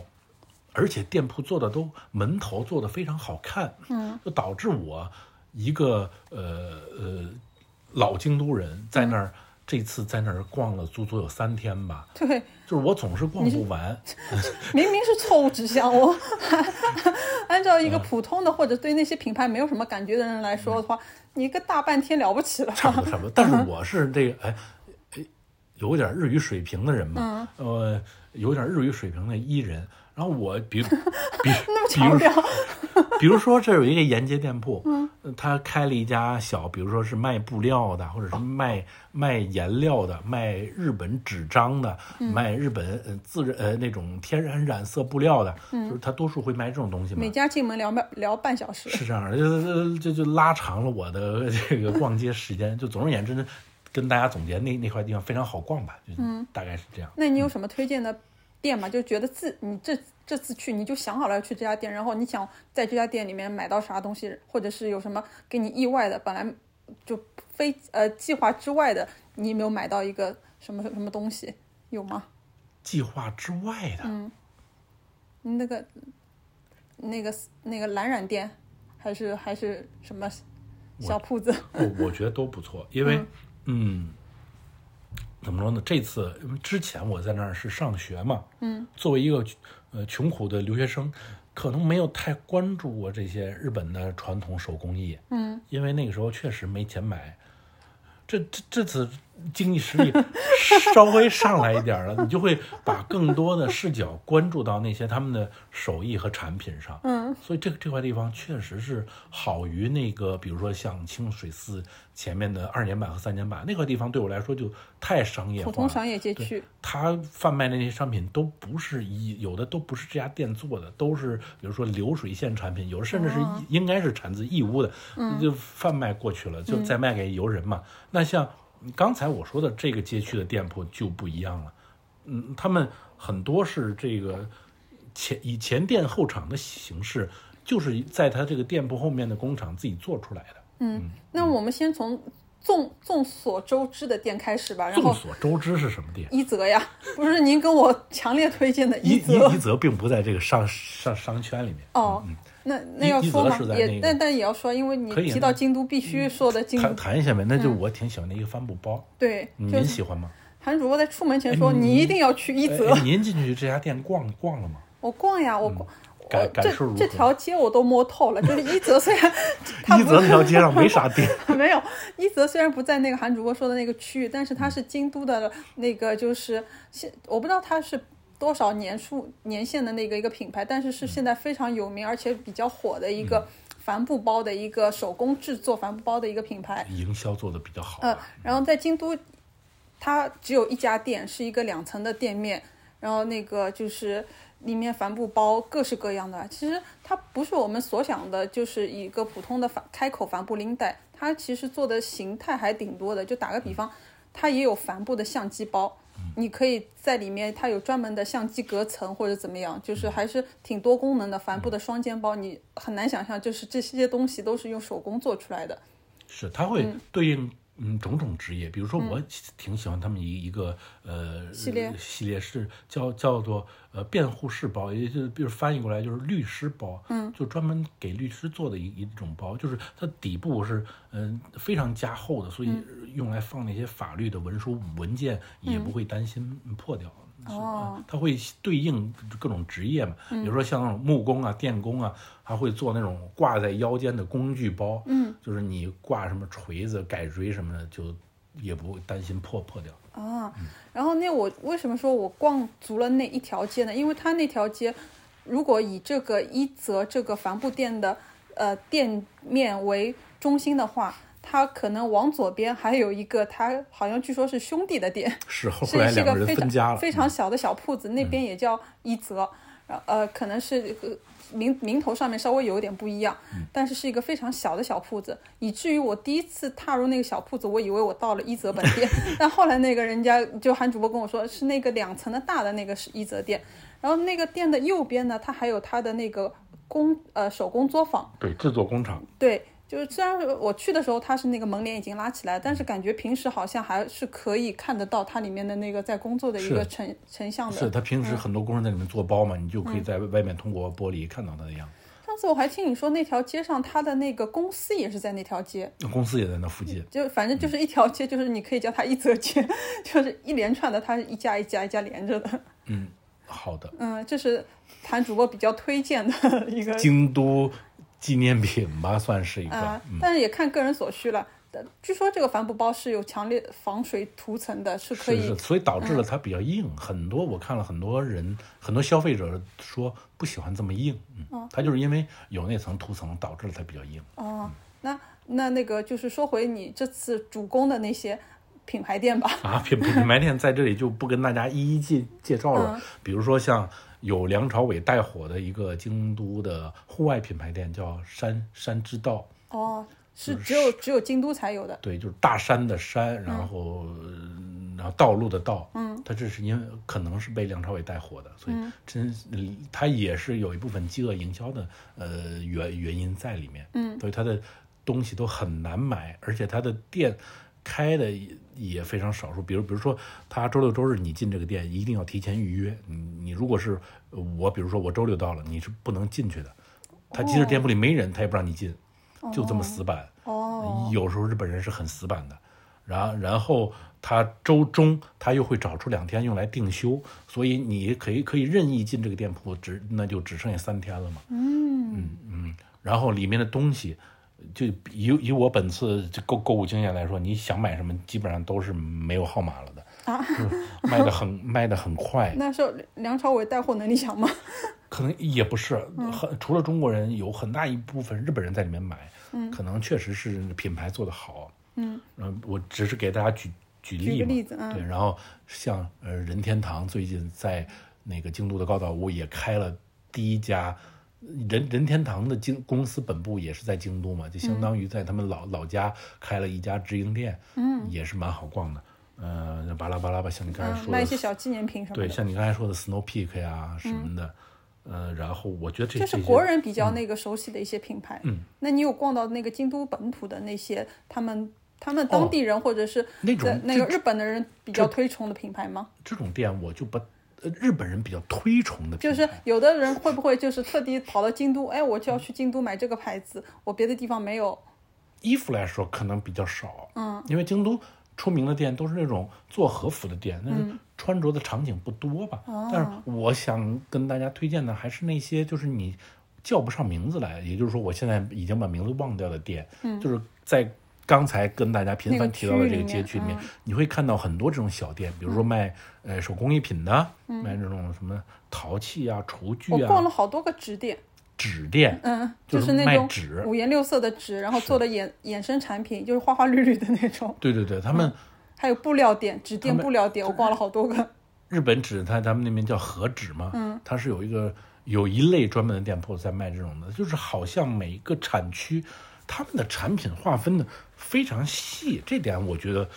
Speaker 3: 而且店铺做的都门头做的非常好看，嗯，就导致我一个呃呃老京都人在那儿、这次在那儿逛了足足有三天吧，
Speaker 2: 对，
Speaker 3: 就是我总是逛不完，
Speaker 2: 明明是错误指向，我 <laughs> 按照一
Speaker 3: 嗯
Speaker 2: 个普通的或者对那些品牌没有什么感觉的人来说的
Speaker 3: 嗯
Speaker 2: 话，你一个大半天了不起了。<laughs>
Speaker 3: 差不多差不多。但是我是这个哎，哎有点日语水平的人嘛，呃，有点日语水平的伊人。然后我比比
Speaker 2: 那么强
Speaker 3: 比如
Speaker 2: 调，
Speaker 3: 比如说这儿有一个沿街店铺，嗯，他开了一家小，比如说是卖布料的，或者是卖卖颜料的，卖日本纸张的，卖日本呃自然呃那种天然染色布料的，就是他多数会卖这种东西嘛
Speaker 2: 每。家进门聊半聊半小时，
Speaker 3: 是这样的，就就就拉长了我的这个逛街时间。就总而言之，跟大家总结那那块地方非常好逛吧，就大概是这样。
Speaker 2: 那你有什么推荐的店吗？就觉得自你这这次去你就想好了要去这家店，然后你想在这家店里面买到啥东西，或者是有什么给你意外的，本来就非呃计划之外的，你有没有买到一个什么什么东西？有吗？
Speaker 3: 计划之外的，
Speaker 2: 你那个那个那个蓝染店，还是还是什么小铺子？
Speaker 3: 哦我我觉得都不错，因为嗯怎么说呢？这次因为之前我在那儿是上学嘛，嗯，作为一个呃穷苦的留学生，可能没有太关注过这些日本的传统手工艺，嗯，因为那个时候确实没钱买。这这这次经济实力稍微上来一点儿了，你就会把更多的视角关注到那些他们的手艺和产品上。嗯，所以这个这块地方确实是好于那个，比如说像清水寺前面的二年坂和三年坂那块地方，对我来说就太商业
Speaker 2: 普
Speaker 3: 化了。
Speaker 2: 通商业街
Speaker 3: 对
Speaker 2: 区，
Speaker 3: 他贩卖的那些商品都不是一有的都不是这家店做的，都是比如说流水线产品，有的甚至是义
Speaker 2: 哦
Speaker 3: 应该是产自义乌的，
Speaker 2: 嗯
Speaker 3: 就贩卖过去了，就再卖给游人嘛。那像刚才我说的这个街区的店铺就不一样了，嗯，他们很多是这个前以前店后厂的形式，就是在他这个店铺后面的工厂自己做出来的。
Speaker 2: 那
Speaker 3: 嗯
Speaker 2: 我们先从众众所周知的店开始吧，然
Speaker 3: 众
Speaker 2: 后
Speaker 3: 所周知是什么店？
Speaker 2: 一泽呀，不是您跟我强烈推荐的
Speaker 3: 一
Speaker 2: 一泽
Speaker 3: 一一则并不在这个商商商圈里面。
Speaker 2: 哦。那那
Speaker 3: 一
Speaker 2: 要
Speaker 3: 一
Speaker 2: 说
Speaker 3: 泽
Speaker 2: 嘛
Speaker 3: 是，在
Speaker 2: 也
Speaker 3: 那个
Speaker 2: 但但也要说，因为你
Speaker 3: 可以
Speaker 2: 提
Speaker 3: 啊
Speaker 2: 到
Speaker 3: 那
Speaker 2: 京都，必须说的京
Speaker 3: 谈
Speaker 2: 都，
Speaker 3: 谈一下呗，那就我挺喜欢的一个帆布包，
Speaker 2: 对，嗯就
Speaker 3: 您
Speaker 2: 是
Speaker 3: 喜欢吗？
Speaker 2: 韩主播在出门前说，
Speaker 3: 你
Speaker 2: 你一定要去一
Speaker 3: 哎
Speaker 2: 泽。
Speaker 3: 哎您进去这家店逛逛了吗？
Speaker 2: 我逛呀，我逛，
Speaker 3: 感
Speaker 2: 我
Speaker 3: 感受如
Speaker 2: 这
Speaker 3: 何
Speaker 2: 这条街我都摸透了。就是一泽虽
Speaker 3: <laughs>
Speaker 2: 然它
Speaker 3: 一
Speaker 2: 不
Speaker 3: 泽那条街上没啥店，
Speaker 2: <laughs> 没有，一泽虽然不在那个韩主播说的那个区域，但是它是京都的那个，就是现我不知道它是多少年数年限的那个一个品牌，但是是现在非常有名而且比较火的一个帆布包的一个手工制作帆布包的一个品牌。
Speaker 3: 营销做的比较好啊
Speaker 2: 呃
Speaker 3: 吧。，
Speaker 2: 然后在京都，它只有一家店，是一个两层的店面，然后那个就是里面帆布包各式各样的。其实它不是我们所想的，就是一个普通的帆开口帆布领带，它其实做的形态还挺多的。就打个比方，它也有帆布的相机包。
Speaker 3: 嗯
Speaker 2: 你可以在里面，它有专门的相机隔层或者怎么样，就是还是挺多功能的。帆布的双肩包，你很难想象，就是这些东西都是用手工做出来的。
Speaker 3: 是，它会对应嗯种种职业，比如说我挺喜欢他们一一个呃
Speaker 2: 系列
Speaker 3: 系列是叫叫做呃辩护士包，也就是比如翻译过来就是律师包，嗯，就专门给律师做的一一种包，就是它底部是嗯、非常加厚的，所以用来放那些法律的文书文件也不会担心破掉。是
Speaker 2: 哦
Speaker 3: 嗯它会对应各种职业嘛，
Speaker 2: 嗯
Speaker 3: 比如说像那种木工啊、电工啊，还会做那种挂在腰间的工具包，嗯，就是你挂什么锤子、改锥什么的，就也不会担心破破掉。
Speaker 2: 啊，然后那我为什么说我逛足了那一条街呢？因为它那条街，如果以这个一泽这个帆布店的呃店面为中心的话，它可能往左边还有一个，它好像据说是兄弟的店，
Speaker 3: 是后
Speaker 2: 是
Speaker 3: 来
Speaker 2: 是
Speaker 3: 两
Speaker 2: 个
Speaker 3: 个
Speaker 2: 非
Speaker 3: 人分家
Speaker 2: 常
Speaker 3: 了，嗯
Speaker 2: 非常小的小铺子，那边也叫一泽，然后呃，可能是呃名名头上面稍微有一点不一样，
Speaker 3: 嗯
Speaker 2: 但是是一个非常小的小铺子，以至于我第一次踏入那个小铺子，我以为我到了一泽本
Speaker 3: <laughs>
Speaker 2: 店，但后来那个人家就韩主播跟我说是那个两层的大的那个是一泽店，然后那个店的右边呢，它还有它的那个工呃手工作坊，
Speaker 3: 对制作工厂，
Speaker 2: 对，就是虽然我去的时候它是那个门帘已经拉起来，但是感觉平时好像还是可以看得到它里面的那个在工作的一
Speaker 3: 是
Speaker 2: 个成成像
Speaker 3: 是
Speaker 2: 的。
Speaker 3: 他平时很多工人在里面做包嘛，你就
Speaker 2: 嗯
Speaker 3: 可以在外面通过玻璃看到他的样子。
Speaker 2: 上次我还听你说那条街上它的那个公司也是在那条街，
Speaker 3: 那公司也在那附近，
Speaker 2: 就反正就是一条街，就是你可以叫它一泽街， <laughs> 就是一连串的，它是一家一家一家连着的。
Speaker 3: 嗯，好的，
Speaker 2: 嗯，这是谭主播比较推荐的一个呃
Speaker 3: 京都纪念品吧，算是一个。嗯
Speaker 2: 啊，但是也看个人所需了。呃据说这个帆布包是有强烈防水涂层的，是可以嗯
Speaker 3: 是是，所以导致了它比较硬。很多我看了很多人，很多消费者说不喜欢这么硬，嗯，它就是因为有那层涂层，导致了它比较硬。
Speaker 2: 哦，那那那个就是说回你这次主攻的那些品牌店吧。
Speaker 3: 啊，品品牌店在这里就不跟大家一一介介绍了。
Speaker 2: 嗯
Speaker 3: 比如说像有梁朝伟带火的一个京都的户外品牌店，叫山山之道，
Speaker 2: 哦，
Speaker 3: 嗯
Speaker 2: 是只有只有京都才有的。
Speaker 3: 对，就是大山的山，然后、呃然后道路的道，嗯，它这是因为可能是被梁朝伟带火的，所以真嗯它也是有一部分饥饿营销的呃原原因在里面，嗯，所以它的东西都很难买，而且它的店开的也也非常少数，比如比如说他周六周日你进这个店一定要提前预约，你你如果是呃我比如说我周六到了，你是不能进去的，他即使店铺里没人，他也不让你进，就这么死板。
Speaker 2: 哦，
Speaker 3: 有时候日本人是很死板的，然然后他周中他又会找出两天用来定休，所以你可以可以任意进这个店铺，只那就只剩下三天了嘛。嗯嗯，然后里面的东西，就以以我本次这购购物经验来说，你想买什么，基本上都是没有号码了的。
Speaker 2: 啊
Speaker 3: 就是卖的很卖的很快，
Speaker 2: 那时候梁朝伟带货能力强吗？
Speaker 3: 可能也不是
Speaker 2: 嗯
Speaker 3: 很，除了中国人，有很大一部分日本人在里面买，
Speaker 2: 嗯
Speaker 3: 可能确实是品牌做得好，嗯，我只是给大家举举
Speaker 2: 举
Speaker 3: 例
Speaker 2: 个
Speaker 3: 嘛，
Speaker 2: 例子嗯
Speaker 3: 对，然后像呃任天堂最近在那个京都的高岛屋也开了第一家。任任天堂的京公司本部也是在京都嘛，
Speaker 2: 嗯
Speaker 3: 就相当于在他们老、老家开了一家直营店，嗯，也是蛮好逛的。呃，巴拉巴拉吧，像你刚才
Speaker 2: 嗯，
Speaker 3: 说的，
Speaker 2: 卖一些小纪念品什么
Speaker 3: 对，
Speaker 2: 的。
Speaker 3: 像你刚才说的 Snow Peak 呀、什么的，呃，然后我觉得
Speaker 2: 嗯这
Speaker 3: 这这
Speaker 2: 是
Speaker 3: 些嗯
Speaker 2: 国人比较那个熟悉的一些品牌。嗯，那你有逛到那个京都本土的那些他们他们当地人或者是
Speaker 3: 哦那种
Speaker 2: 在那个
Speaker 3: 这
Speaker 2: 日本的人比较推崇的品牌吗？
Speaker 3: 这种店，我就不呃日本人比较推崇的品
Speaker 2: 就
Speaker 3: 牌，
Speaker 2: 是有的人会不会就是特地跑到京都，哎，我就要去京都买这个牌子，我别的地方没有。
Speaker 3: 衣服来说可能比较少，嗯，因为京都出名的店都是那种做和服的店，但是穿着的场景不多吧。但是我想跟大家推荐的还是那些就是你叫不上名字来，也就是说我现在已经把名字忘掉的店，就是在。刚才跟大家频繁提到的这嗯个街区里面，嗯你会看到很多这种小店，比如说卖、呃手工艺品的，卖这种什么陶器啊、厨具
Speaker 2: 我逛
Speaker 3: 啊、
Speaker 2: 了好多个纸店，
Speaker 3: 纸店，
Speaker 2: 嗯，就
Speaker 3: 就
Speaker 2: 是
Speaker 3: 是
Speaker 2: 那
Speaker 3: 卖
Speaker 2: 种
Speaker 3: 纸
Speaker 2: 五颜六色的纸，然后做的衍衍生产品，就是花花绿绿的那种。
Speaker 3: 对对对，他们、
Speaker 2: 还有布料店、纸店、
Speaker 3: 他们
Speaker 2: 布料店，我逛了好多个。
Speaker 3: 日本纸，它咱们那边叫和纸嘛，嗯，它是有一个有一类专门的店铺在卖这种的，就是好像每一个产区，他们的产品划分的非常细，这点我觉得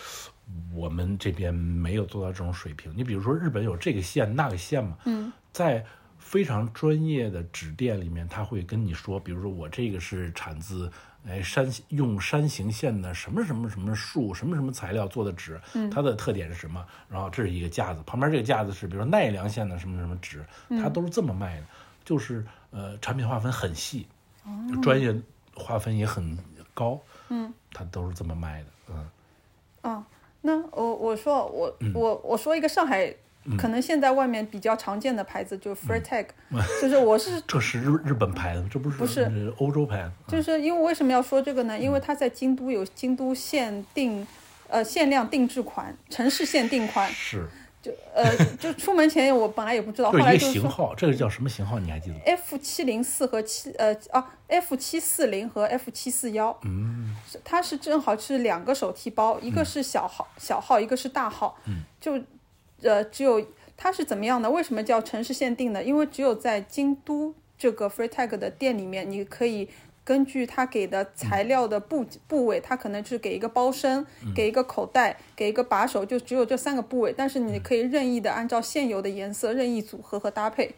Speaker 3: 我们这边没有做到这种水平。你比如说日本有这个县那个县嘛，嗯，在非常专业的纸店里面，他会跟你说，比如说我这个是产自。哎，山用山形县的什么什么什么树，什么什么材料做的纸，
Speaker 2: 嗯
Speaker 3: 它的特点是什么？然后这是一个架子，旁边这个架子是比如说奈良县的什么什么纸，
Speaker 2: 嗯
Speaker 3: 它都是这么卖的，就是呃产品划分很细，
Speaker 2: 哦
Speaker 3: 专业划分也很高，嗯，它都是这么卖的，嗯，
Speaker 2: 啊，那我我说我、我我说一个上海，
Speaker 3: 嗯
Speaker 2: 可能现在外面比较常见的牌子就是
Speaker 3: <laughs>
Speaker 2: Freitag，、就是我是
Speaker 3: 这是日日本牌子，这不是
Speaker 2: 不是
Speaker 3: 呃欧洲牌子，
Speaker 2: 就是因为为什么要说这个呢？
Speaker 3: 嗯
Speaker 2: 因为它在京都有京都限定，呃，限量定制款、城市限定款，
Speaker 3: 是
Speaker 2: 就呃，就出门前我本来也不知道，哦后
Speaker 3: 对一
Speaker 2: 来
Speaker 3: 个
Speaker 2: 就是
Speaker 3: 型
Speaker 2: 说
Speaker 3: 号，这个叫什么型号？你还记得吗？
Speaker 2: F 七零四和七呃啊 F 七四零和 F 七四幺，嗯，它是正好是两个手提包，一个是小号、小号，一个是大号，嗯，就呃只有它是怎么样的？为什么叫城市限定呢？因为只有在京都这个 FreeTag 的店里面，你可以。根据它给的材料的部部位，它可能是给一个包身，给一个口袋，给一个把手，就只有这三个部位。但是你可以任意的按照现有的颜色任意组合和搭配。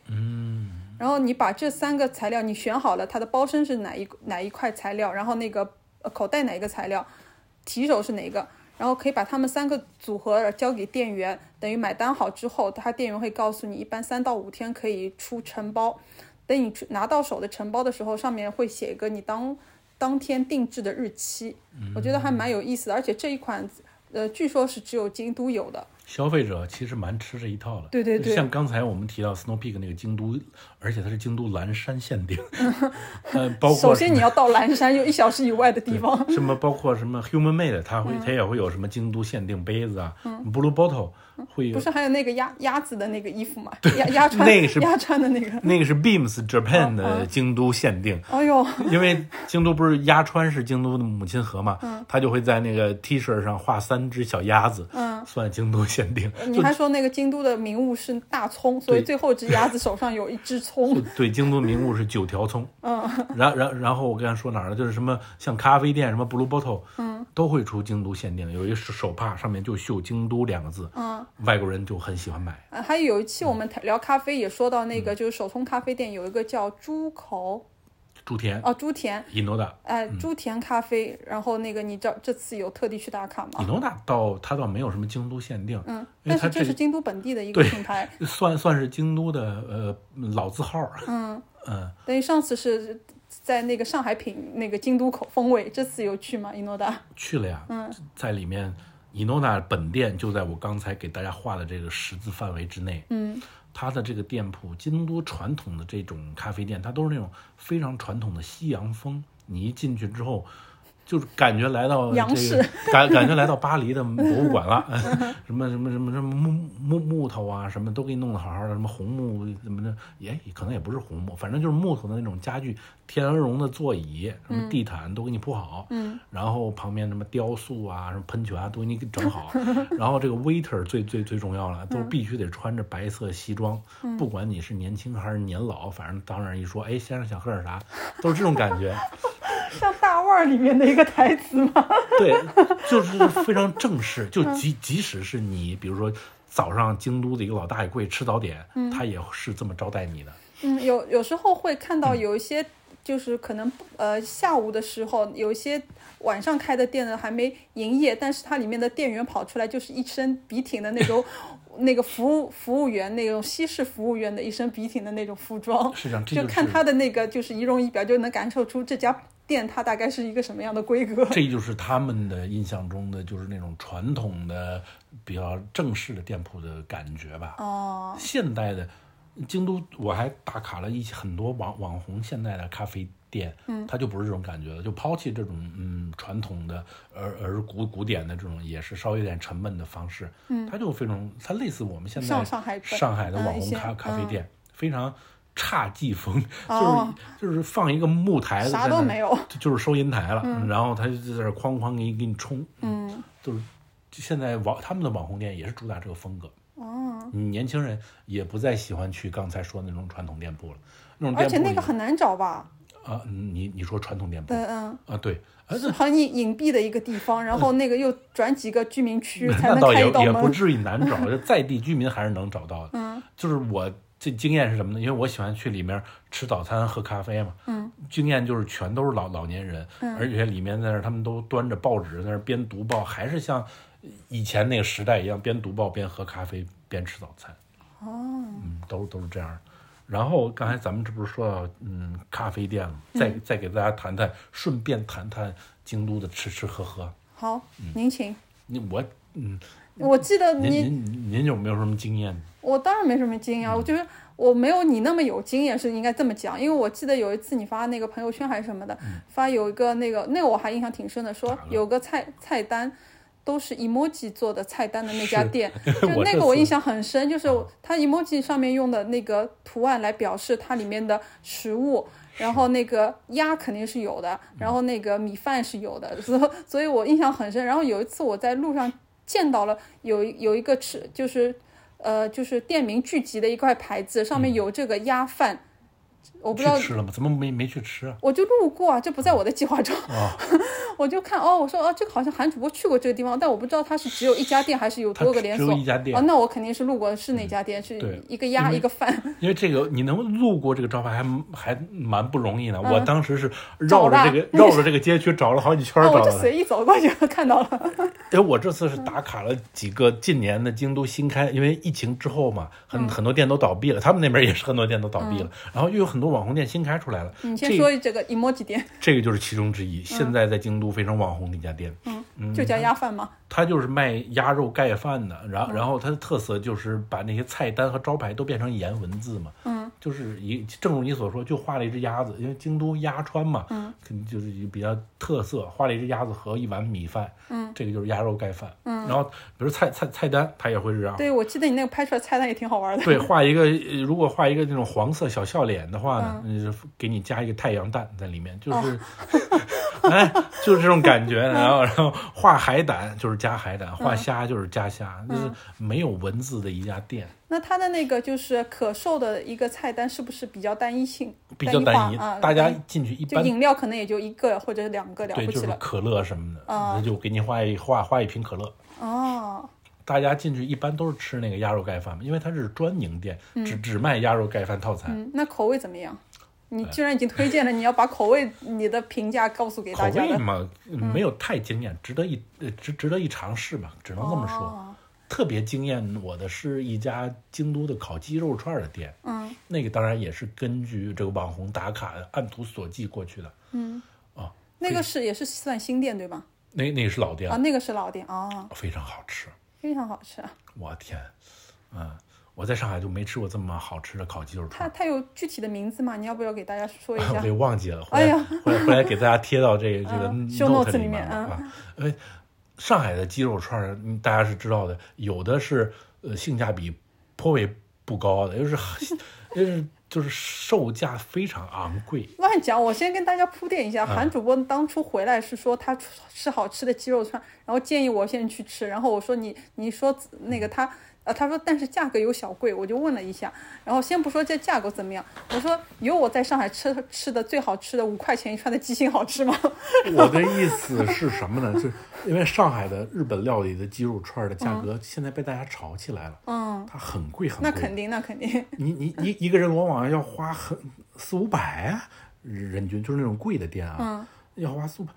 Speaker 2: 然后你把这三个材料你选好了，它的包身是哪一哪一块材料，然后那个呃口袋哪一个材料，提手是哪一个，然后可以把它们三个组合交给店员，等于买单好之后，他店员会告诉你，一般三到五天可以出承包。等你出拿到手的承包的时候，上面会写一个你当当天定制的日期，我觉得还蛮有意思的。而且这一款，呃，据说是只有京都有的，
Speaker 3: 消费者其实蛮吃这一套的。
Speaker 2: 对对对
Speaker 3: 像刚才我们提到 Snow Peak 那个京都，而且它是京都岚山
Speaker 2: <laughs>
Speaker 3: 限定，呃，包括
Speaker 2: 首先你
Speaker 3: 什么
Speaker 2: 要到蓝山有一小时以外的地方，
Speaker 3: 什么包括什么 Human Made，它会它也会有什么京都限定杯子啊，Blue Bottle 会
Speaker 2: 嗯
Speaker 3: 有
Speaker 2: 不是还有那个鸭鸭子的那个衣服嘛？鸭鸭穿
Speaker 3: 那个是
Speaker 2: 鸭穿的那个。
Speaker 3: 那个是 Beams Japan
Speaker 2: 嗯
Speaker 3: 的
Speaker 2: 嗯
Speaker 3: 京都限定，
Speaker 2: 哎呦，
Speaker 3: 因为京都不是鸭川是京都的母亲河嘛，他就会在那个 T 恤上画三只小鸭子，
Speaker 2: 嗯
Speaker 3: 算京都限定。
Speaker 2: 你
Speaker 3: 就
Speaker 2: 还说那个京都的名物是大葱，所以
Speaker 3: 对
Speaker 2: 最后只鸭子手上有一只葱。
Speaker 3: 对，京都名物是九条葱。嗯， <laughs> 然然然后我刚才说哪儿了？就是什么像咖啡店，什么 Blue Bottle，嗯，都会出京都限定，有一手手帕上面就绣“京都”两个字，嗯，外国人就很喜欢买。
Speaker 2: 呃还有一期我
Speaker 3: 嗯
Speaker 2: 们聊咖啡也说到那个，就是手冲咖啡店有一个叫猪口
Speaker 3: 竹田
Speaker 2: 哦猪田，
Speaker 3: 伊诺达，
Speaker 2: 呃猪田咖啡。然后那个你知道这次有特地去打卡
Speaker 3: 伊
Speaker 2: 吗？
Speaker 3: 诺达到它倒没有什么京都限定，
Speaker 2: 哦嗯，
Speaker 3: 嗯因
Speaker 2: 但
Speaker 3: 为它
Speaker 2: 是这
Speaker 3: 这
Speaker 2: 是京都本地的一个
Speaker 3: 对
Speaker 2: 品牌。
Speaker 3: 个算算是京都的呃老字号，嗯嗯，
Speaker 2: 等于上次是在那个上海品那个京都口风味，这次有去吗？一诺达？ <laughs>
Speaker 3: 去了呀，
Speaker 2: 嗯
Speaker 3: 在里面，伊诺娜本店就在我刚才给大家画的这个十字范围之内，嗯，它的这个店铺，京都传统的这种咖啡店，它都是那种非常传统的西洋风，你一进去之后。就是感觉来到
Speaker 2: 洋
Speaker 3: 这
Speaker 2: 式
Speaker 3: 个， <laughs> 感感觉来到巴黎的博物馆了，什么什么什么什么木木木头啊，什么都给你弄得好好的，什么红木什么的，也可能也不是红木，反正就是木头的那种家具，天鹅绒的座椅，什么地毯都给你铺好，嗯，然后旁边什么雕塑啊，什么喷泉啊都给你给整好，然后这个 waiter 最最最重要了，都必须得穿着白色西装，不管你是年轻还是年老，反正当然一说，哎，先生想喝点啥，都是这种感觉。
Speaker 2: 像大腕儿里面的一个台词吗？
Speaker 3: 对，就是非常正式。就
Speaker 2: 嗯
Speaker 3: 即即使是你，比如说早上京都的一个老大爷过去吃早点，他也是这么招待你的。
Speaker 2: 嗯，有有时候会看
Speaker 3: 嗯
Speaker 2: 到有一些，就是可能呃下午的时候，有一些晚上开的店呢还没营业，但是它里面的店员跑出来就是一身笔挺的那
Speaker 3: <laughs>
Speaker 2: 种，那个服务服务员那种西式服务员的一身笔挺的那种服装， <laughs>
Speaker 3: 是这样，这
Speaker 2: 就是看他的那个就是仪容仪表，就能感受出这家店它大概是一个什么样的规格。
Speaker 3: 这就是他们的印象中的，就是那种传统的、比较正式的店铺的感觉吧。
Speaker 2: 哦，
Speaker 3: 现代的京都，我还打卡了一些很多网网红现代的咖啡店，嗯，它就不是这种感觉了，就抛弃这种嗯传统的而而古古典的这种也是稍微有点沉闷的方式，嗯，它就非常它类似我们现在
Speaker 2: 上上海本
Speaker 3: 上海的
Speaker 2: 嗯
Speaker 3: 网
Speaker 2: 一
Speaker 3: 红
Speaker 2: 些
Speaker 3: 咖咖
Speaker 2: 嗯
Speaker 3: 啡店、非常。侘寂风
Speaker 2: 哦
Speaker 3: 就是就是放一个木台子在那
Speaker 2: 啥
Speaker 3: 儿，
Speaker 2: 都没有嗯
Speaker 3: 就就是收银台了，然后他就在这儿哐哐给你给你冲，嗯，就是就现在网他们的网红店也是主打这个风格，哦，年轻人也不再喜欢去刚才说的那种传统店铺了，那种
Speaker 2: 而
Speaker 3: 店
Speaker 2: 且
Speaker 3: 铺
Speaker 2: 那个
Speaker 3: 里
Speaker 2: 很难找吧？
Speaker 3: 啊，你你说传统店铺
Speaker 2: 嗯嗯。
Speaker 3: 啊，对，而且
Speaker 2: 很隐隐蔽的一个地方，然后那个又转几个居民区才
Speaker 3: 嗯那
Speaker 2: 能
Speaker 3: 倒
Speaker 2: 开
Speaker 3: 也
Speaker 2: 一道
Speaker 3: 也不
Speaker 2: 门。
Speaker 3: 至于难找，就在地居民还是能找到的。嗯，就是我这经验是什么呢？因为我喜欢去里面吃早餐、喝咖啡嘛。嗯，经验就是全都是老老年人，
Speaker 2: 嗯
Speaker 3: 而且里面在那儿他们都端着报纸在那儿边读报，还是像以前那个时代一样，边读报边喝咖啡边吃早餐。哦，嗯，都都是这样的。然后刚才咱们这不是说到嗯咖啡店了，再
Speaker 2: 嗯
Speaker 3: 再给大家谈谈，顺便谈谈京都的吃吃喝喝。
Speaker 2: 好，您请。
Speaker 3: 你我嗯，
Speaker 2: 我记得
Speaker 3: 您嗯
Speaker 2: 你，
Speaker 3: 您您有没有什么经验？
Speaker 2: 我当然没什么经验，我就是我没有你那么有经验，是应该这么讲。因为我记得有一次你发那个朋友圈还是什么的，
Speaker 3: 嗯
Speaker 2: 发有一个那个那个我还印象挺深的，说
Speaker 3: 哪个
Speaker 2: 有个菜菜单。都是 emoji 做的菜单的那家
Speaker 3: 是
Speaker 2: 店，
Speaker 3: <laughs> 我啊
Speaker 2: 就那
Speaker 3: 这
Speaker 2: 个我
Speaker 3: 次
Speaker 2: 印象很深，就是它 emoji 上面用的那个图案来表示它里面的食物，然后那个鸭肯定是有的，
Speaker 3: 嗯
Speaker 2: 然后那个米饭是有的，所以所以我印象很深。然后有一次我在路上见到了有一有一个吃就是呃就是店名聚集的一块牌子，上面有这个鸭饭，我不
Speaker 3: 嗯去
Speaker 2: 知道
Speaker 3: 吃了吗？怎么没没去吃啊？
Speaker 2: 我就路过啊，这不在我的计划中，
Speaker 3: 哦
Speaker 2: <laughs> 我就看哦，我说哦，这个好像韩主播去过这个地方，但我不知道它是只有一家店还是有
Speaker 3: 它
Speaker 2: 多个
Speaker 3: 只
Speaker 2: 连
Speaker 3: 只有
Speaker 2: 锁。
Speaker 3: 一家店嗯
Speaker 2: 哦，那我肯定是路过是哪家店，是
Speaker 3: 对
Speaker 2: 一个鸭
Speaker 3: 因为
Speaker 2: 一个
Speaker 3: <laughs>
Speaker 2: 饭，
Speaker 3: 因为这个你能路过这个招牌还还蛮不容易呢。
Speaker 2: 嗯
Speaker 3: 我当时是
Speaker 2: 找
Speaker 3: 绕
Speaker 2: 的
Speaker 3: 着这个绕着这个街区找了好几圈
Speaker 2: 然
Speaker 3: 儿
Speaker 2: 后我
Speaker 3: 找
Speaker 2: 就
Speaker 3: 的。
Speaker 2: 随意走过去 <laughs> 看到了。
Speaker 3: 哎，我这次是打卡了几个近年的京都新开，因为疫情之后嘛，很、
Speaker 2: 嗯
Speaker 3: 很多店都倒闭了，他们那边也是很多店都倒闭了，然后又有很多网红店新开出来了。
Speaker 2: 你
Speaker 3: 嗯这
Speaker 2: 先说这个 emoji 店，
Speaker 3: 这个就是其中之一。现在在京都，都非常网红的一家店。
Speaker 2: 嗯，就叫鸭饭嘛。
Speaker 3: 它就是卖鸭肉盖饭的，然后然后它的特色就是把那些菜单和招牌都变成颜文字嘛，嗯，就是一正如你所说，就画了一只鸭子，因为京都鸭川嘛，嗯，肯定就是比较特色，画了一只鸭子和一碗米饭，嗯，这个就是鸭肉盖饭，嗯，然后比如菜菜菜单它也会是这样，
Speaker 2: 对，我记得你那个拍出来菜单也挺好玩的。
Speaker 3: <laughs> 对，画一个，呃如果画一个那种黄色小笑脸的话呢，嗯、给你加一个太阳蛋在里面，就是，
Speaker 2: 哦
Speaker 3: <laughs> 哎，就是这种感觉。然后，然后画海胆就是加海胆，
Speaker 2: 嗯
Speaker 3: 画虾就是加虾，就是没有文字的一家店，
Speaker 2: 那它的那个就是可售的一个菜单是不是比较单一性？
Speaker 3: 比较单一，
Speaker 2: 化啊，
Speaker 3: 大家
Speaker 2: 单一
Speaker 3: 进去一
Speaker 2: 就
Speaker 3: 般。
Speaker 2: 饮料可能也就一个或者两个了
Speaker 3: 对，
Speaker 2: 不
Speaker 3: 就
Speaker 2: 起
Speaker 3: 是
Speaker 2: 了。嗯
Speaker 3: 可乐什么的，那就给你画一画画一瓶可乐。
Speaker 2: 哦，
Speaker 3: 大家进去一般都是吃那个鸭肉盖饭嘛，因为它是专营店，
Speaker 2: 嗯
Speaker 3: 只只卖鸭肉盖饭套餐。
Speaker 2: 嗯，那口味怎么样？你既然已经推荐了，你要把口味你的评价告诉给
Speaker 3: 口
Speaker 2: 大家
Speaker 3: 味
Speaker 2: 的。嗯
Speaker 3: 嘛，没有太惊艳，值得一呃值值得一尝试吧，只能这么说。
Speaker 2: 哦
Speaker 3: 特别惊艳我的是一家京都的烤鸡肉串儿的店，
Speaker 2: 嗯，
Speaker 3: 那个当然也是根据这个网红打卡按图索骥过去的，
Speaker 2: 那个是也是算新店对吧？
Speaker 3: 那那个是老店，
Speaker 2: 啊，那个是老店啊、哦，
Speaker 3: 非常好吃，
Speaker 2: 非常好吃。
Speaker 3: 我天，嗯，我在上海就没吃过这么好吃的烤鸡肉串
Speaker 2: 它
Speaker 3: 儿，
Speaker 2: 它有具体的名字吗？你要不要给大家说一下
Speaker 3: 我给？忘记了，回
Speaker 2: 哎
Speaker 3: 来、
Speaker 2: 呀
Speaker 3: 回来回来给大家贴到这个、这个
Speaker 2: 嗯 show notes
Speaker 3: note
Speaker 2: 里
Speaker 3: 面
Speaker 2: 面
Speaker 3: 吧
Speaker 2: 嗯
Speaker 3: 啊，因为上海的鸡肉串儿嗯大家是知道的，有的是呃性价比颇为不高的，又是 <laughs> 又是就是售价非常昂贵。
Speaker 2: 乱讲，我先跟大家铺垫一下，韩主播当初回来是说他吃吃好吃的鸡肉串，然后建议我先去吃，然后我说你你说那个他呃他说但是价格有小贵，我就问了一下，然后先不说这价格怎么样，我说有我在上海吃吃的最好吃的五块钱一串的鸡心好吃吗？
Speaker 3: <laughs>
Speaker 2: <laughs>
Speaker 3: 我的意思是什么呢？就是因为上海的日本料理的鸡肉串儿的价格现在被大家炒起来了，嗯，它很贵很贵，
Speaker 2: 嗯那肯定那肯定，
Speaker 3: 你你一一个人往往要花很四五百啊，人均就是那种贵的店啊，要花四五百，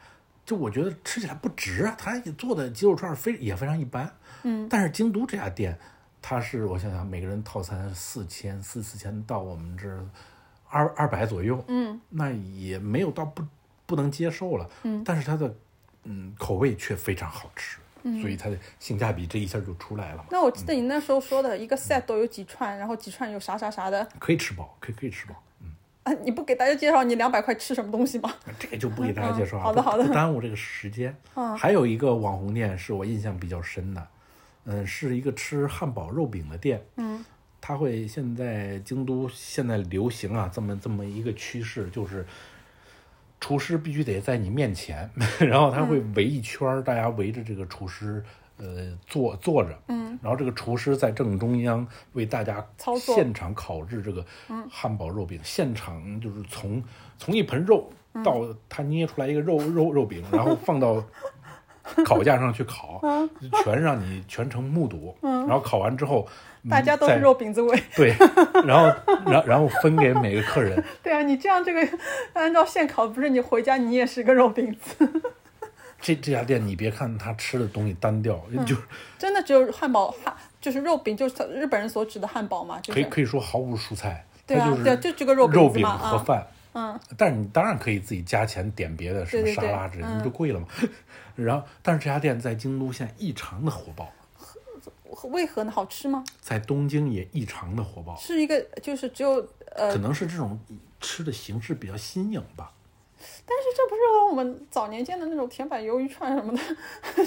Speaker 3: 就我觉得吃起来不值啊。他也做的鸡肉串儿非也非常一般，嗯，但是京都这家店，它是我想想，每个人套餐四千四四千到我们这儿二二百左右，嗯，那也没有到不不能接受了，嗯，但是它的嗯口味却非常好吃，所以它的性价比这一下就出来了嘛，
Speaker 2: 那我记得你那时候说的一个 set 都有几串，然后几串有啥啥啥的
Speaker 3: 可以吃饱，可以可以吃饱。
Speaker 2: 啊，你不给大家介绍你两百块吃什么东西吗？
Speaker 3: 这个就不给大家介绍了、
Speaker 2: 嗯
Speaker 3: 啊
Speaker 2: 好的
Speaker 3: 不
Speaker 2: 好的嗯
Speaker 3: 不耽误这个时间。还有一个网红店是我印象比较深的，嗯，是一个吃汉堡肉饼的店，嗯，它会现在京都现在流行啊，这么这么一个趋势就是。厨师必须得在你面前， <laughs> 然后他会围一圈儿，大家围着这个厨师，呃，坐坐着，嗯，然后这个厨师在正中央为大家
Speaker 2: 操作嗯
Speaker 3: 现场烤制这个汉堡肉饼，现场就是从从一盆肉到他捏出来一个肉 <laughs> 肉肉饼，然后放到烤架上去
Speaker 2: <laughs>
Speaker 3: 烤，
Speaker 2: 嗯
Speaker 3: 全让你全程目睹，然后烤完之后，嗯
Speaker 2: 大家都是
Speaker 3: 再
Speaker 2: 肉饼子味。
Speaker 3: 对，然后 <laughs> 然然后分给每个客人，
Speaker 2: 对啊，你这样这个按照现烤，不是你回家你也是个肉饼子， <laughs>
Speaker 3: 这这家店你别看他吃的东西单调，
Speaker 2: 嗯
Speaker 3: 就是
Speaker 2: 真的只有汉堡汉就是肉饼，就是日本人所指的汉堡嘛，就
Speaker 3: 可以
Speaker 2: 是
Speaker 3: 可以说毫无蔬菜，
Speaker 2: 对啊
Speaker 3: 它
Speaker 2: 对啊
Speaker 3: 就
Speaker 2: 就是这个肉饼子
Speaker 3: 肉饼
Speaker 2: 嘛
Speaker 3: 和
Speaker 2: 啊
Speaker 3: 饭。嗯，但是你当然可以自己加钱点别的什么
Speaker 2: 对对
Speaker 3: 沙
Speaker 2: 对嗯
Speaker 3: 拉之类的，那就贵了嘛。 <laughs> 然后，但是这家店在京都现在异常的火爆，
Speaker 2: 为何呢？好吃吗？
Speaker 3: 在东京也异常的火爆，
Speaker 2: 是一个就是只有呃，
Speaker 3: 可能是这种吃的形式比较新颖吧。
Speaker 2: 但是这不是和我们早年间的那种铁板鱿鱼串什么的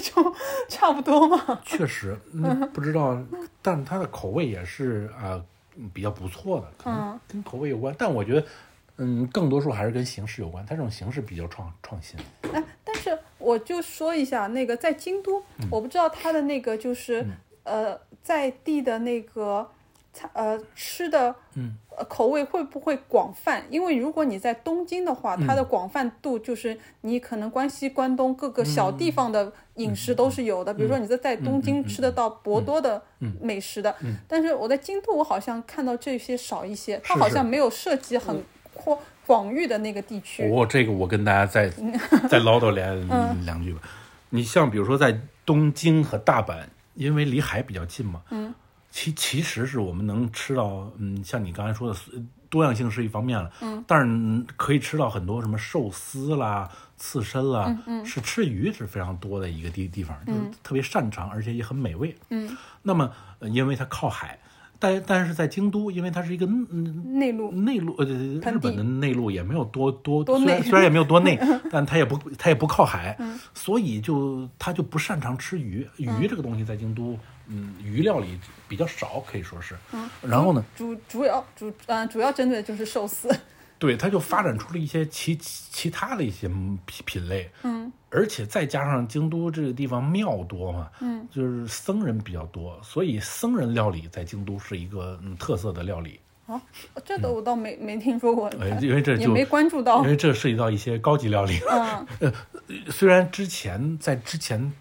Speaker 2: <laughs> 就差不多吗？
Speaker 3: 确实，嗯、不知道，但它的口味也是呃嗯比较不错的，可能跟口味有关。但我觉得，嗯，更多数还是跟形式有关。它这种形式比较创创新。
Speaker 2: 哎，但是我就说一下那个在京都，
Speaker 3: 嗯
Speaker 2: 我不知道它的那个就是、呃在地的那个菜呃吃的
Speaker 3: 嗯
Speaker 2: 呃口味会不会广泛？因为如果你在东京的
Speaker 3: 嗯
Speaker 2: 话，它的广泛度就是你可能关西、关东各个小地方的饮食都是
Speaker 3: 嗯
Speaker 2: 有的。比如说你在在东京吃得到博多的美食的，但是我在京都我好像看到这些少一些，它
Speaker 3: 是
Speaker 2: 好
Speaker 3: 是
Speaker 2: 像没有涉及很阔广域的那个地区。
Speaker 3: 我、哦这个我跟大家 <laughs> 再再唠叨两、两句吧。你像比如说在东京和大阪，因为离海比较近嘛，嗯，其其实是我们能吃到，嗯，像你刚才说的多样性是一方面了，嗯，但是可以吃到很多什么寿司啦、刺身啦，嗯是吃鱼是非常多的一个地地方，就是特别擅长，而且也很美味，嗯，那么、呃因为它靠海。但但是在京都，因为它是一个嗯
Speaker 2: 内陆
Speaker 3: 内陆呃日
Speaker 2: 盆地
Speaker 3: 本的内陆也没有多多
Speaker 2: 多
Speaker 3: 虽然
Speaker 2: 内嗯
Speaker 3: 虽然也没有多
Speaker 2: <laughs>
Speaker 3: 内，但它也不它也不靠海，所以就它就不擅长吃鱼。鱼这个东西在京都，嗯，鱼料理比较少，可以说是。
Speaker 2: 嗯
Speaker 3: 然后呢，
Speaker 2: 主主要主嗯、主要针对的就是寿司，
Speaker 3: 对，它就发展出了一些其其其他的一些嗯品品类，嗯，而且再加上京都这个地方庙多嘛，嗯，就是僧人比较多，所以僧人料理在京都是一个嗯特色的料理，
Speaker 2: 啊，这个我倒没、没听说过，
Speaker 3: 嗯哎，因为这
Speaker 2: 也
Speaker 3: 就
Speaker 2: 没关注到
Speaker 3: 因，为这涉及到一些高级料理，呃
Speaker 2: 嗯，
Speaker 3: <laughs> 虽然之前在之前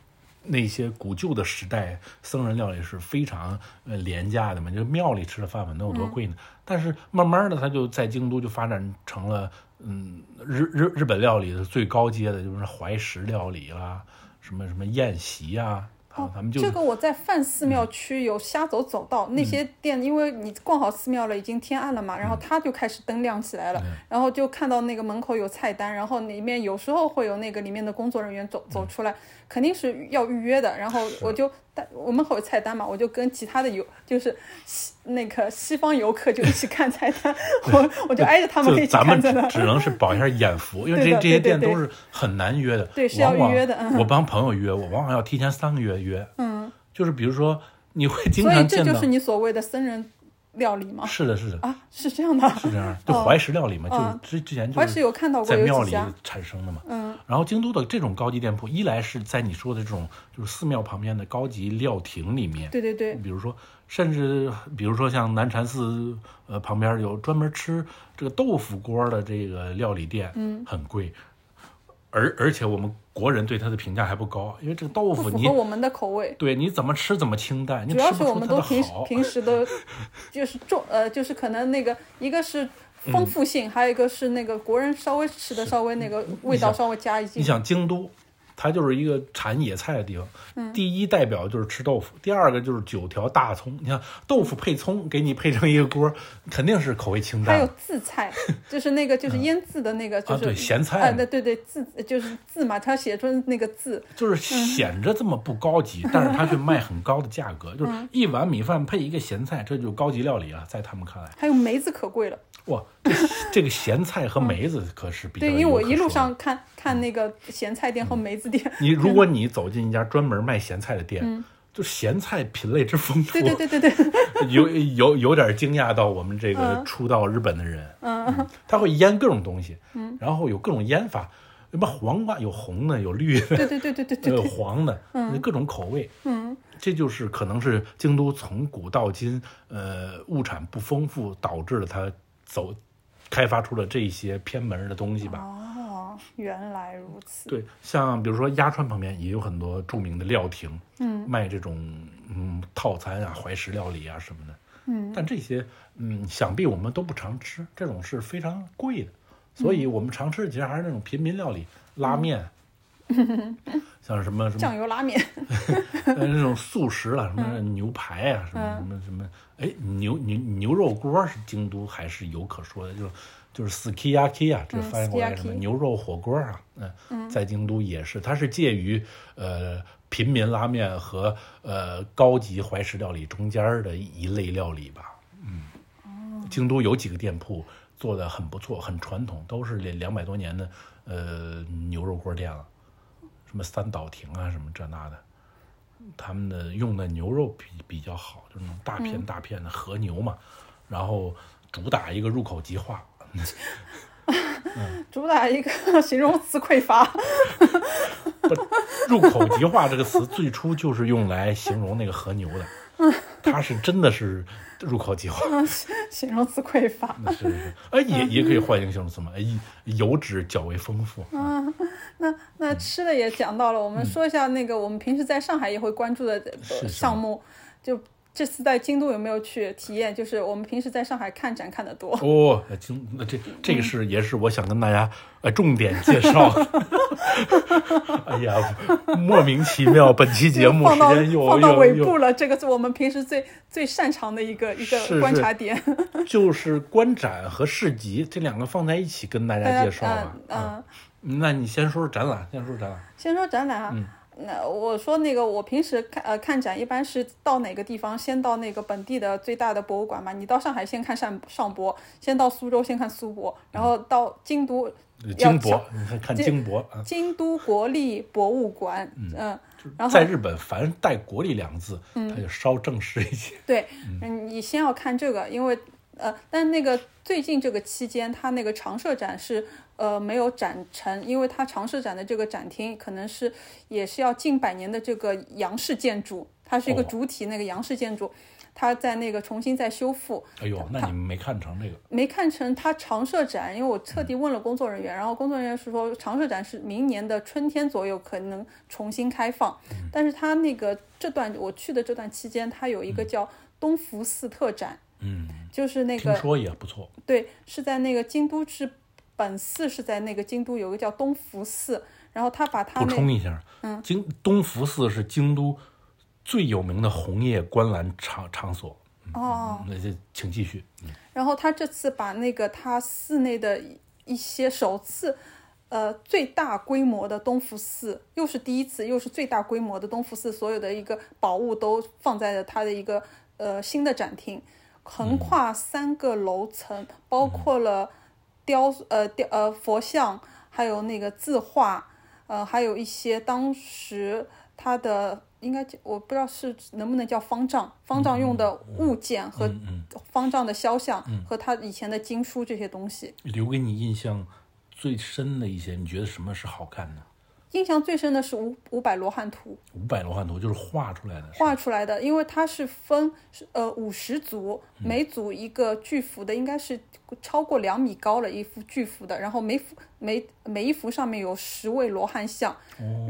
Speaker 3: 那些古旧的时代，僧人料理是非常呃廉价的嘛，就是庙里吃的饭碗能有多贵呢？
Speaker 2: 嗯
Speaker 3: 但是慢慢的，它就在京都就发展成了嗯日日日本料理的最高阶的，就是怀石料理啦，什么什么宴席啊，啊，他们就嗯
Speaker 2: 这个我在范寺庙区有瞎走走道，那些店，因为你逛好寺庙了，已经天暗了
Speaker 3: 嗯
Speaker 2: 嘛，然后它就开始灯亮起来了，然后就看到那个门口有菜单，然后里面有时候会有那个里面的工作人员
Speaker 3: 嗯
Speaker 2: 走走出来，肯定是要预约的，然后我就带我门口有菜单嘛，我就跟其他的游就是西那个西方游客就一起看菜
Speaker 3: <laughs>
Speaker 2: 单，我我就挨着他们
Speaker 3: 就
Speaker 2: 一起
Speaker 3: 咱们
Speaker 2: 看菜
Speaker 3: 只
Speaker 2: 单。
Speaker 3: 只能是保
Speaker 2: <laughs>
Speaker 3: 一下眼福，因为
Speaker 2: 对
Speaker 3: 这
Speaker 2: 的
Speaker 3: 这些
Speaker 2: 对
Speaker 3: 店
Speaker 2: 对
Speaker 3: 都是很难约的，
Speaker 2: 对是要
Speaker 3: 往往
Speaker 2: 预约的嗯
Speaker 3: 我帮朋友约，我往往要提前三个月约，嗯，就是比如说你会经
Speaker 2: 所以
Speaker 3: 常
Speaker 2: 这
Speaker 3: 见
Speaker 2: 就
Speaker 3: 到
Speaker 2: 是，你所谓的僧人料理吗？
Speaker 3: 是的，是的，
Speaker 2: 啊，是这样的。
Speaker 3: 是这样，就怀石料理嘛，
Speaker 2: 嗯
Speaker 3: 就是之之前
Speaker 2: 哦
Speaker 3: 就
Speaker 2: 怀石有
Speaker 3: 是
Speaker 2: 看到过
Speaker 3: 在
Speaker 2: 有
Speaker 3: 庙
Speaker 2: 几
Speaker 3: 里
Speaker 2: 家
Speaker 3: 产生的嘛，
Speaker 2: 嗯，
Speaker 3: 然后京都的这种高级店铺，一来是在你说的这种就是寺庙旁边的高级料亭里面，
Speaker 2: 对对对，
Speaker 3: 比如说，甚至比如说像南禅寺呃旁边有专门吃这个豆腐锅的这个料理店，嗯，很贵，而而且我们国人对它的评价还不高，因为这个豆
Speaker 2: 不
Speaker 3: 腐
Speaker 2: 符
Speaker 3: 你
Speaker 2: 合我们的口味。
Speaker 3: 对你怎么吃怎么清淡，你
Speaker 2: 主
Speaker 3: 吃
Speaker 2: 要
Speaker 3: 不
Speaker 2: 是我
Speaker 3: 出它
Speaker 2: 们都
Speaker 3: 的
Speaker 2: 平时
Speaker 3: 好。
Speaker 2: 平时
Speaker 3: <laughs>
Speaker 2: 都就是重呃，就是可能那个一个是
Speaker 3: 嗯
Speaker 2: 丰富性，还有一个是那个国人稍微吃的稍微那个味道
Speaker 3: 想
Speaker 2: 稍微加一
Speaker 3: 你
Speaker 2: 些。
Speaker 3: 想京都，它就是一个产野菜的地方，
Speaker 2: 嗯
Speaker 3: 第一代表就是吃豆腐，第二个就是九条大葱。你看豆腐配葱，给你配成一个锅，肯定是口味清
Speaker 2: 还
Speaker 3: 淡
Speaker 2: 有
Speaker 3: 的。
Speaker 2: 渍
Speaker 3: <laughs>
Speaker 2: 菜，就是那个就是腌渍的那个，就是、
Speaker 3: 嗯对咸菜
Speaker 2: 啊，对对对，渍就是渍嘛，它写成那个渍，
Speaker 3: 就
Speaker 2: 嗯
Speaker 3: 是显着这么不高级，但是它却卖很高的价格，就是
Speaker 2: 嗯
Speaker 3: 一碗米饭配一个咸菜，这就是高级料理啊，在他们看来，
Speaker 2: 还有梅子可贵了。
Speaker 3: 哇，这这个咸菜和梅子可是比
Speaker 2: 嗯
Speaker 3: 较
Speaker 2: 对，
Speaker 3: 有
Speaker 2: 因为我
Speaker 3: 可
Speaker 2: 一路
Speaker 3: 说嗯的
Speaker 2: 上看看那个咸菜店和梅子
Speaker 3: <laughs>
Speaker 2: 店，
Speaker 3: 你如
Speaker 2: 嗯
Speaker 3: 果你走进一家专门卖咸菜的店，就咸菜品类之丰富，
Speaker 2: 对对对对对，
Speaker 3: <laughs> 有有有点惊讶到我们这个
Speaker 2: 嗯
Speaker 3: 初到日本的人，嗯，他会腌各种东西，嗯，然后有各种腌法，什么黄瓜有红的，有绿的，
Speaker 2: 对对对对对对
Speaker 3: 有
Speaker 2: 对，
Speaker 3: 呃黄的，嗯，各种口味，
Speaker 2: 嗯，
Speaker 3: 这就是可能是京都从古到今，呃，物产不丰富导致了它走开发出了这些偏门儿的东西吧，
Speaker 2: <laughs> 哦，原来如此。
Speaker 3: 对，像比如说鸭川旁边也有很多著名的料亭，嗯，卖这种嗯套餐啊、怀石料理啊什么的，嗯，但这些嗯想必我们都不常吃，这种是非常贵的，所
Speaker 2: 嗯
Speaker 3: 以我们常吃的其实还是那种平民料理，拉面， <laughs> 像什么什么
Speaker 2: 嗯酱油拉面，
Speaker 3: <laughs> 呃，那种素食了，什么
Speaker 2: 嗯
Speaker 3: 牛排啊，什么什么什么，哎，牛牛牛肉锅是京都还是有可说的，就是就是 sukiyaki 啊，这个
Speaker 2: 嗯
Speaker 3: 翻译过来什么
Speaker 2: sukiyaki
Speaker 3: 牛肉火锅啊，嗯，在京都也是，它是介于呃平民拉面和呃高级怀石料理中间儿的一类料理吧，
Speaker 2: 哦
Speaker 3: 嗯，京都有几个店铺做的很不错，很传统，都是两两百多年的呃牛肉锅店了。什么三岛亭啊，什么这那的，他们的用的牛肉比比较好，就是那种大
Speaker 2: 嗯
Speaker 3: 片大片的和牛嘛，然后主打一个入口即化， <laughs>
Speaker 2: 主打一个形容词匮乏。
Speaker 3: 不，入口即化这个词最初就是用来形容那个和牛的，
Speaker 2: <laughs>
Speaker 3: 它是真的是入口即化， <laughs>
Speaker 2: 形容词匮乏。
Speaker 3: 那是是是，哎，
Speaker 2: 嗯
Speaker 3: 也也可以换一个形容词嘛，哎，油脂较为丰富，
Speaker 2: 嗯那
Speaker 3: 嗯
Speaker 2: 那吃的也讲到了，我们说一下那个我们平时在上海也会关注的呃
Speaker 3: 是什么
Speaker 2: 项目，就这次在京都有没有去体验？就是我们平时在上海看展看的多，
Speaker 3: 哦，那京那这这个是也是我想跟大家呃重点
Speaker 2: <laughs>
Speaker 3: 介绍的。哎呀，莫名其妙，本期节目
Speaker 2: 放
Speaker 3: 时
Speaker 2: 到
Speaker 3: 间又
Speaker 2: 放到
Speaker 3: 又
Speaker 2: 尾
Speaker 3: 又
Speaker 2: 部了，这个是我们平时最最擅长的一个一
Speaker 3: 是
Speaker 2: 个
Speaker 3: 是
Speaker 2: 观察点。
Speaker 3: <laughs> 就是观展和市集这两个放在一起跟
Speaker 2: <laughs>
Speaker 3: 大家介绍啊吧。
Speaker 2: 嗯、嗯
Speaker 3: 那你先说说展览，先说展览。
Speaker 2: 先说展览啊。那我说那个，我平时看呃看展一般是到哪个地方，先到那个本地的最大的博物馆嘛。你到上海先看上上博，先到苏州先看苏博，然后到京都要
Speaker 3: 金
Speaker 2: 抢
Speaker 3: 博，你看看
Speaker 2: 这
Speaker 3: 金博啊，
Speaker 2: 京都国立博物馆，嗯，然后
Speaker 3: 在日本凡带“国立”两个字，
Speaker 2: 嗯
Speaker 3: 它就稍正式一些。
Speaker 2: 对，嗯，你先要看这个，因为呃，但那个最近这个期间，它那个常设展是呃没有展成，因为它常设展的这个展厅可能是也是要近百年的这个洋式建筑，它是一个
Speaker 3: 哦
Speaker 2: 主体那个洋式建筑，它在那个重新再修复，
Speaker 3: 哎呦，那你们没看成这个
Speaker 2: 没看成它常设展，因为我特地问了工作人员，然后工作人员是说常设展是明年的春天左右可能重新开放，
Speaker 3: 嗯
Speaker 2: 但是它那个这段我去的这段期间，它有一个叫东福寺特展，
Speaker 3: 嗯，
Speaker 2: 就是那
Speaker 3: 听
Speaker 2: 个
Speaker 3: 说也不错。
Speaker 2: 对，是在那个京都是本寺是在那个京都有个叫东福寺，然后他把它
Speaker 3: 补
Speaker 2: 那嗯
Speaker 3: 充一下，京东福寺是京都最有名的红叶观澜场场所。嗯
Speaker 2: 哦，
Speaker 3: 那就请继续。
Speaker 2: 然后他这次把那个他寺内的一一些首次，呃，最大规模的东福寺，又是第一次，又是最大规模的东福寺，所有的一个宝物都放在了他的一个呃新的展厅，横跨三个楼层，包括了雕呃雕呃佛像，还有那个字画，呃，还有一些当时他的。应该叫我不知道是能不能叫方丈，方丈用的物件和方丈的肖像和他以前的经书这些东西。
Speaker 3: 留给你印象最深的一些，你觉得什么是好看的？
Speaker 2: 印象最深的是五五百罗汉图
Speaker 3: 五百罗汉图就是画出来的，
Speaker 2: 画出来的，因为它是分是呃五十组，每组一个巨幅的，应该是超过两米高了一幅巨幅的，然后每幅每每一幅上面有十位罗汉像，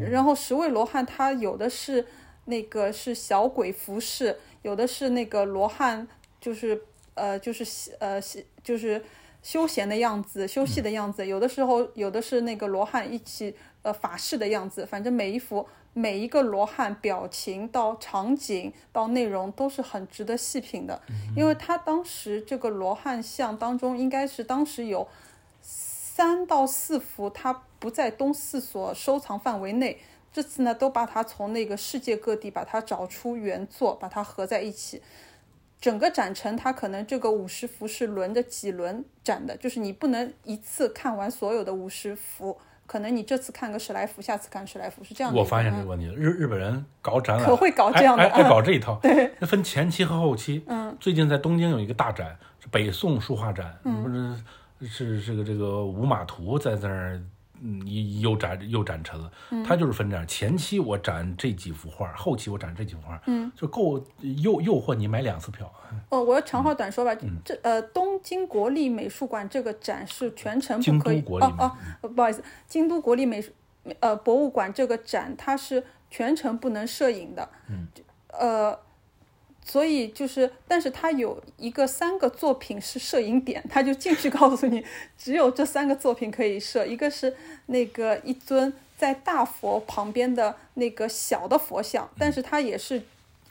Speaker 2: 然后十位罗汉他有的是那个是小鬼服饰，有的是那个罗汉就是呃就是呃就是休闲的样子，休息的样子，有的时候有的是那个罗汉一起呃法事的样子，反正每一幅每一个罗汉表情到场景到内容都是很值得细品的，
Speaker 3: 嗯
Speaker 2: 因为他当时这个罗汉像当中应该是当时有三到四幅，它不在东四所收藏范围内。这次呢，都把它从那个世界各地把它找出原作，把它合在一起。整个展陈，它可能这个五十幅是轮着几轮展的，就是你不能一次看完所有的五十幅，可能你这次看个十来幅，下次看十来幅，是这样的一
Speaker 3: 我
Speaker 2: 个。
Speaker 3: 发现这
Speaker 2: 嗯
Speaker 3: 个问题，日日本人搞展览
Speaker 2: 可会搞这样的
Speaker 3: 爱爱爱
Speaker 2: 嗯
Speaker 3: 搞这一套。对，分前期和后期。嗯，最近在东京有一个大展，是北宋书画展，
Speaker 2: 嗯
Speaker 3: 不是是这个这个五马图在那儿。嗯，又又展又展陈了，
Speaker 2: 嗯
Speaker 3: 它就是分这样，前期我展这几幅画，后期我展这几幅画，嗯，就够诱诱惑你买两次票，
Speaker 2: 哦，我要长
Speaker 3: 嗯
Speaker 2: 话短说吧。这呃，东京国立美术馆这个展是全程不
Speaker 3: 京
Speaker 2: 可以。
Speaker 3: 都国立嗯
Speaker 2: 哦哦，呃不好意思，京都国立美术呃博物馆这个展它是全程不能摄影的。嗯。呃，所以就是，但是它有一个三个作品是摄影点，它就进去告诉你，只有这三个作品可以摄。一个是那个一尊在大佛旁边的那个小的佛像，但是它也是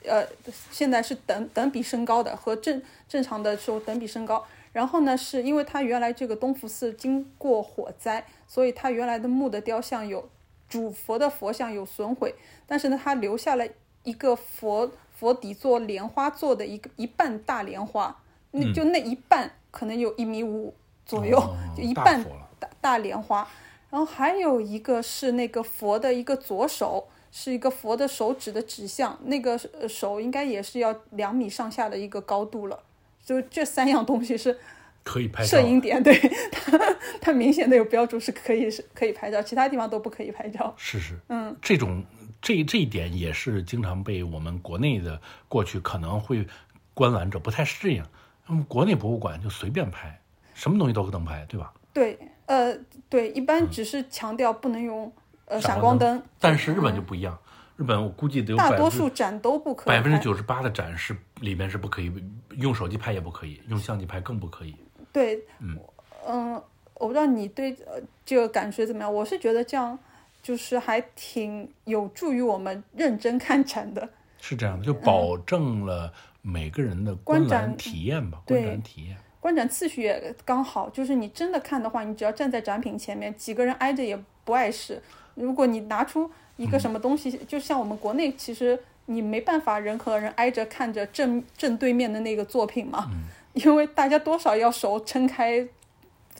Speaker 2: 呃，现在是等等比身高的，和正正常的时候等比身高。然后呢，是因为它原来这个东福寺经过火灾，所以它原来的木的雕像有主佛的佛像有损毁，但是呢，它留下了一个佛佛底座莲花座的一个一半大莲花，那就那一半可能有一米五左右，
Speaker 3: 嗯哦
Speaker 2: 就一
Speaker 3: 大
Speaker 2: 半
Speaker 3: 佛了
Speaker 2: 大大莲花。然后还有一个是那个佛的一个左手，是一个佛的手指的指向，那个呃手应该也是要两米上下的一个高度了。就这三样东西是
Speaker 3: 可以拍
Speaker 2: 摄。
Speaker 3: 照
Speaker 2: 影点，对 <laughs> 它它明显的有标注是可以是可以拍照，其他地方都不可以拍照。
Speaker 3: 是是，嗯，这种这这一点也是经常被我们国内的过去可能会观览者不太适应。我们国内博物馆就随便拍，什么东西都能拍，对吧？
Speaker 2: 对，呃，对，一般只是强调不能用呃
Speaker 3: 嗯闪
Speaker 2: 闪
Speaker 3: 光
Speaker 2: 光灯，
Speaker 3: 但是日本就不一样，日本我估计得有
Speaker 2: 大
Speaker 3: 百
Speaker 2: 多
Speaker 3: 分
Speaker 2: 数展都不可以
Speaker 3: 百分之
Speaker 2: 拍
Speaker 3: 九十八的展是里面是不可以用手机拍也不可以，用相机拍更不可以。
Speaker 2: 对，嗯我不知道你对呃这个感觉怎么样？我是觉得这样就是还挺有助于我们认真看展的。
Speaker 3: 是这样的，就保证了每个人的
Speaker 2: 观
Speaker 3: 观览
Speaker 2: 展
Speaker 3: 体验吧，
Speaker 2: 对
Speaker 3: 观展体验。
Speaker 2: 观展次序也刚好，就是你真的看的话，你只要站在展品前面，几个人挨着也不碍事。如果你拿出一
Speaker 3: 嗯
Speaker 2: 个什么东西，就像我们国内其实你没办法人和人挨着看着正正对面的那个作品嘛，
Speaker 3: 嗯
Speaker 2: <laughs> 因为大家多少要手撑开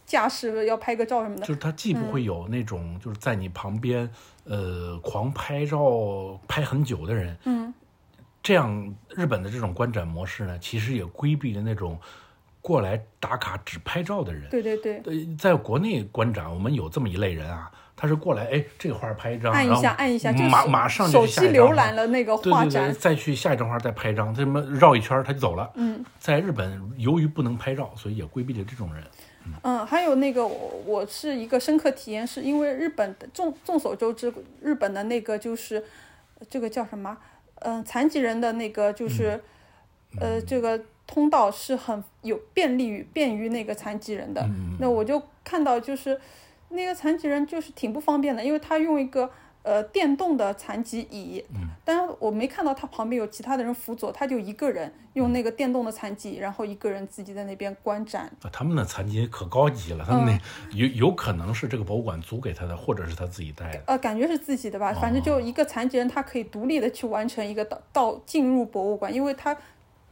Speaker 2: 架势，要拍个照什么的
Speaker 3: 就。是它既不
Speaker 2: 嗯
Speaker 3: 会有那种就是在你旁边呃狂拍照拍很久的人，嗯，这样日本的这种观展模式呢，其实也规避了那种过来打卡只拍照的人。
Speaker 2: 对对对，
Speaker 3: 呃，在国内观展，我们有这么一类人啊，他是过来，哎，这个画拍一张，
Speaker 2: 按一
Speaker 3: 然后
Speaker 2: 下按一下，就
Speaker 3: 马
Speaker 2: 手
Speaker 3: 马上
Speaker 2: 手
Speaker 3: 就
Speaker 2: 机
Speaker 3: 下一张
Speaker 2: 浏览了那个
Speaker 3: 对
Speaker 2: 画
Speaker 3: 对对，
Speaker 2: 展，
Speaker 3: 再去下一张画再拍一张，他们绕一圈儿他就走了。嗯，在日本由于不能拍照，所以也规避了这种人。
Speaker 2: 嗯，还有那个我我是一个深刻体验，是因为日本的众众所周知，日本的那个就是这个叫什么？嗯、残疾人的那个就是、呃，这个通道是很有便利于便于那个残疾人的。嗯那我就看到就是那个残疾人就是挺不方便的，因为他用一个。呃，电动的残疾椅，但我没看到他旁边有其他的人辅佐，他就一个人用那个电动的残疾椅，然后一个人自己在那边观展，
Speaker 3: 啊，他们的残疾可高级了，他们那有有可能是这个博物馆租给他的，或者是他自己带的。
Speaker 2: 呃，感觉是自己的吧，反正
Speaker 3: 哦
Speaker 2: 就一个残疾人，他可以独立的去完成一个到到进入博物馆，因为他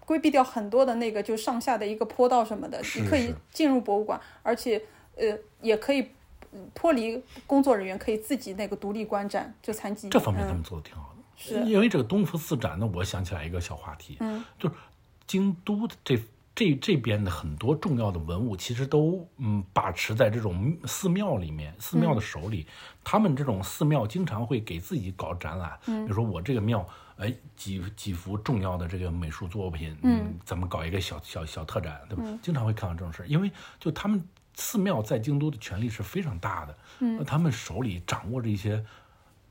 Speaker 2: 规避掉很多的那个就上下的一个坡道什么的，
Speaker 3: 是
Speaker 2: 你可以
Speaker 3: 是
Speaker 2: 进入博物馆，而且呃也可以嗯脱离工作人员，可以自己那个独立观展，就残疾
Speaker 3: 这方面他
Speaker 2: 嗯
Speaker 3: 们做的挺好的。
Speaker 2: 是
Speaker 3: 因为这个东福寺展呢，我想起来一个小话题，嗯，就是京都的这这这边的很多重要的文物，其实都嗯把持在这种寺庙里面，寺庙的手里。他们这种寺庙经常会给自己搞展览，比如说我这个庙。哎，几几幅重要的这个美术作品，嗯，咱们搞一个小小小特展，对吧？经常会看到这种事儿，因为就他们寺庙在京都的权力是非常大的，嗯，他们手里掌握着一些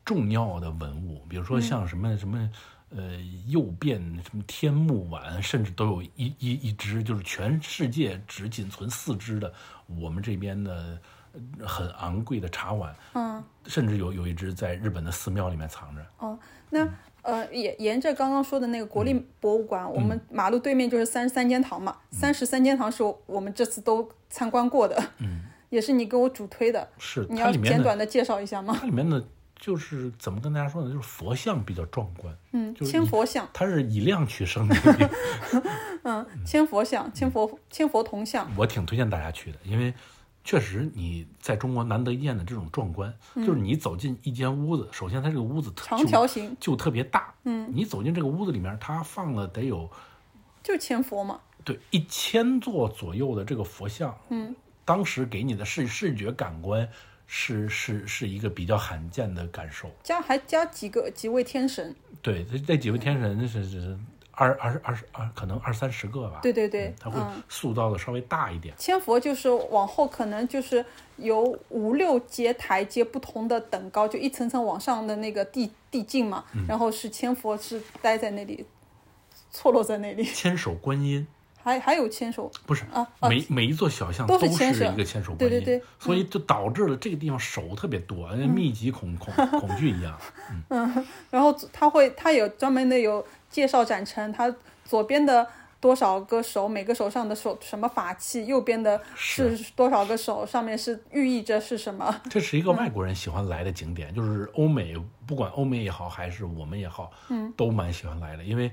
Speaker 3: 重要的文物，比如说像什么什么，呃，右变什么天目碗，甚至都有一一一只，就是全世界只仅存四只的，我们这边的呃很昂贵的茶碗，嗯，甚至有有一只在日本的寺庙里面藏着，
Speaker 2: 哦，那
Speaker 3: 嗯
Speaker 2: 呃，沿沿着刚刚说的那个国立博物馆，我
Speaker 3: 嗯
Speaker 2: 们马路对面就是三十三间堂嘛。三十三间堂是我我们这次都参观过的，嗯，也是你给我主推的。
Speaker 3: 是
Speaker 2: 你
Speaker 3: 它
Speaker 2: 要
Speaker 3: 里面
Speaker 2: 简
Speaker 3: 的
Speaker 2: 短的介绍一下吗？
Speaker 3: 它里面的就是怎么跟大家说呢，就是佛像比较壮观，嗯，就是
Speaker 2: 千
Speaker 3: 以
Speaker 2: 佛像，
Speaker 3: 它是以量取胜的 <laughs> 一个
Speaker 2: 嗯，千佛像，千佛千佛铜像，
Speaker 3: 我挺推荐大家去的，因为确实你在中国难得一见的这种壮观，就是你走进一间屋子，首先它这个屋子特
Speaker 2: 嗯长
Speaker 3: 就
Speaker 2: 条形
Speaker 3: 就特别大，嗯，你走进这个屋子里面，它放了得有
Speaker 2: 就千佛嘛。
Speaker 3: 对一千座左右的这个佛像，嗯，当时给你的视视觉感官是是是一个比较罕见的感受，
Speaker 2: 加还加几个几位天神，
Speaker 3: 对，这这几位天神是是是二二十二十二可能二三十个吧，
Speaker 2: 对嗯对对，
Speaker 3: 它嗯会塑造的稍微大一点。
Speaker 2: 千佛就是往后可能就是有五六阶台阶不同的等高，就一层层往上的那个递递进嘛。
Speaker 3: 嗯
Speaker 2: 然后是千佛是待在那里，错落在那里，
Speaker 3: 千手观音，
Speaker 2: 还还有千手，
Speaker 3: 不是
Speaker 2: 啊啊
Speaker 3: 每每一座小巷
Speaker 2: 都是
Speaker 3: 是
Speaker 2: 牵手
Speaker 3: 一个牵手观
Speaker 2: 对
Speaker 3: 音，
Speaker 2: 对嗯对
Speaker 3: 所以就导致了这个地方手特别多，密集恐恐恐惧
Speaker 2: <laughs>
Speaker 3: 一样。
Speaker 2: 然后他会他有专门的有介绍展陈，他左边的。多少个手，每个手上的手什么法器，右边的是多少个手，上面是寓意着是什么？
Speaker 3: 这是一个外国人喜欢来的景点，就是欧美，不管欧美也好，还是我们也好，嗯，都蛮喜欢来的，因为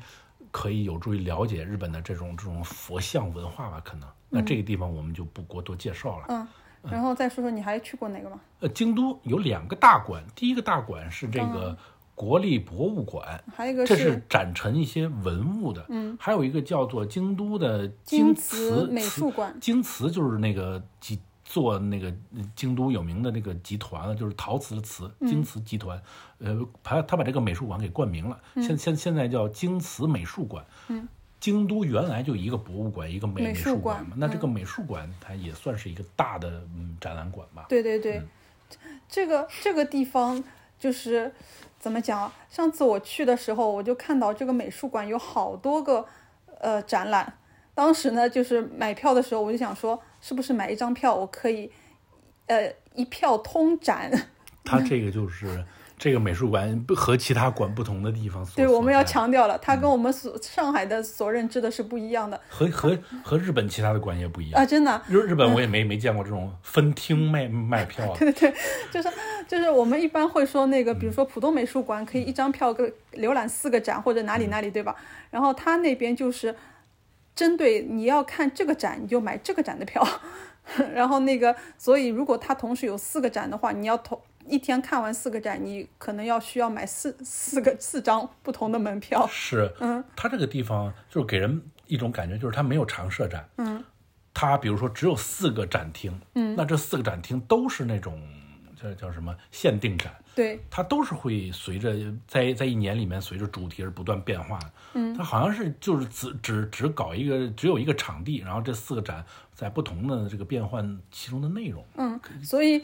Speaker 3: 可以有助于了解日本的这种这种佛像文化吧，可能。那这个地方我们就不过多介绍了。
Speaker 2: 嗯，然后再说说你还去过哪个吗？
Speaker 3: 呃，京都有两个大馆，第一个大馆是
Speaker 2: 嗯
Speaker 3: 这个国立博物馆，
Speaker 2: 还有一个
Speaker 3: 这是展陈一些文物的，嗯，还有一个叫做京都的
Speaker 2: 京
Speaker 3: 瓷
Speaker 2: 瓷美术馆
Speaker 3: 京瓷就是那个集做那个呃京都有名的那个集团了，就是陶瓷的瓷，
Speaker 2: 嗯
Speaker 3: 京瓷集团，呃，他他把这个美术馆给冠名了，
Speaker 2: 嗯
Speaker 3: 现现现在叫京瓷美术馆，嗯。京都原来就一个博物馆，一个美
Speaker 2: 美术
Speaker 3: 术馆
Speaker 2: 馆嗯
Speaker 3: 嘛，那这个美术馆它也算是一个大的嗯展览馆吧。
Speaker 2: 对对对，这这个这个地方就是怎么讲？啊上次我去的时候，我就看到这个美术馆有好多个呃展览。当时呢，就是买票的时候，我就想说，是不是买一张票我可以呃一票通展？ <laughs>
Speaker 3: 它这个就是这个美术馆和其他馆不嗯同的地方所所在。
Speaker 2: 对，我们要强调了，它跟我们所上海的所认知的是不一样的
Speaker 3: 和和和日本其他的馆也不一样
Speaker 2: 啊！。真的，
Speaker 3: 日日本我也没没见过这种分厅卖卖票 <laughs> 啊，
Speaker 2: 就是就是我们一般会说那个，比如说浦东美术馆可以一张票个浏览四个展或者
Speaker 3: 嗯
Speaker 2: 哪里哪里，对吧？然后他那边就是针对你要看这个展，你就买这个展的票。 <laughs> 然后那个，所以如果他同时有四个展的话，你要同一天看完四个展，你可能要需要买四四个四张不同的门票。
Speaker 3: 是，嗯，它这个地方就是给人一种感觉，就是它没有常设展，嗯，它比如说只有四个展厅，嗯，那这四个展厅都是那种叫叫什么限定展，
Speaker 2: 对，
Speaker 3: 它都是会随着在在一年里面随着主题而不断变化的。嗯，它好像是就是只只只搞一个只有一个场地，然后这四个展在不同的这个变换其中的内容。嗯，
Speaker 2: 所以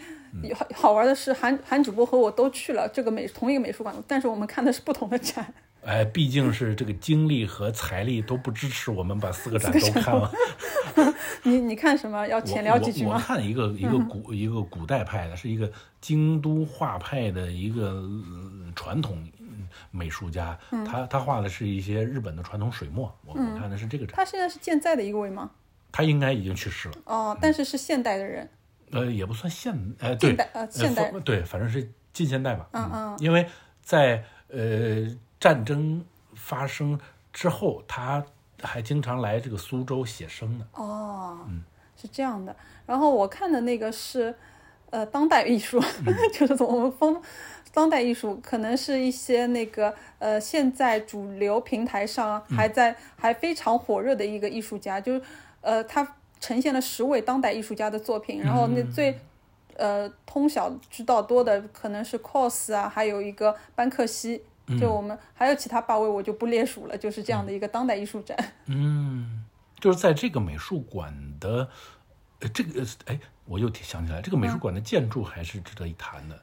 Speaker 2: 好好玩的是韩韩主播和我都去了这个美同一个美术馆，但是我们看的是不同的展。 <laughs>
Speaker 3: 哎，毕竟是这个精力和财力都不支持我们把四个展都看完。
Speaker 2: 你你看什么？要 <laughs> 浅聊几句
Speaker 3: 我我我
Speaker 2: 吗？嗯
Speaker 3: 看一个一个古、一个古代派的，是一个京都画派的一个、呃传统嗯美术家，
Speaker 2: 嗯
Speaker 3: 他他画的是一些日本的传统水墨。我我看的是这个展，
Speaker 2: 他现在是健在的一位吗？
Speaker 3: 他应该已经去世了。
Speaker 2: 哦，但是是现代的人。
Speaker 3: 呃，也不算现，呃，对，
Speaker 2: 代呃现代
Speaker 3: 反对，反正是近现代吧。嗯嗯，因为在呃战争发生之后，他还经常来这个苏州写生呢。
Speaker 2: 哦，是这样的。然后我看的那个是，呃，当代艺术， <laughs> 就是从我们风当代艺术，可能是一些那个呃，现在主流平台上还在、还非常火热的一个艺术家，就是呃，他呈现了十位当代艺术家的作品，然后那最。呃，通晓知道多的可能是 cos 啊，还有一个班克西，就我们、还有其他八位我就不列数了，就是这样的一个当代艺术展。
Speaker 3: 嗯，就是在这个美术馆的，呃，这个哎，我又想起来，这个美术馆的建筑还是值得一谈的。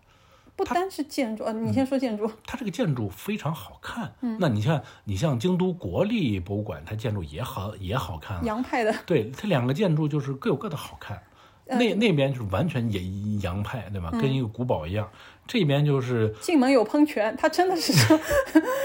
Speaker 2: 不单是建筑，呃，你先说建筑，
Speaker 3: 它这个建筑非常好看。嗯，那你看，你像京都国立博物馆，它建筑也好也好看啊。
Speaker 2: 洋派的。
Speaker 3: 对，它两个建筑就是各有各的好看。那那边就是完全也洋派，对吧？跟一个古堡一样。这边就是
Speaker 2: 进门有喷泉，它真的是像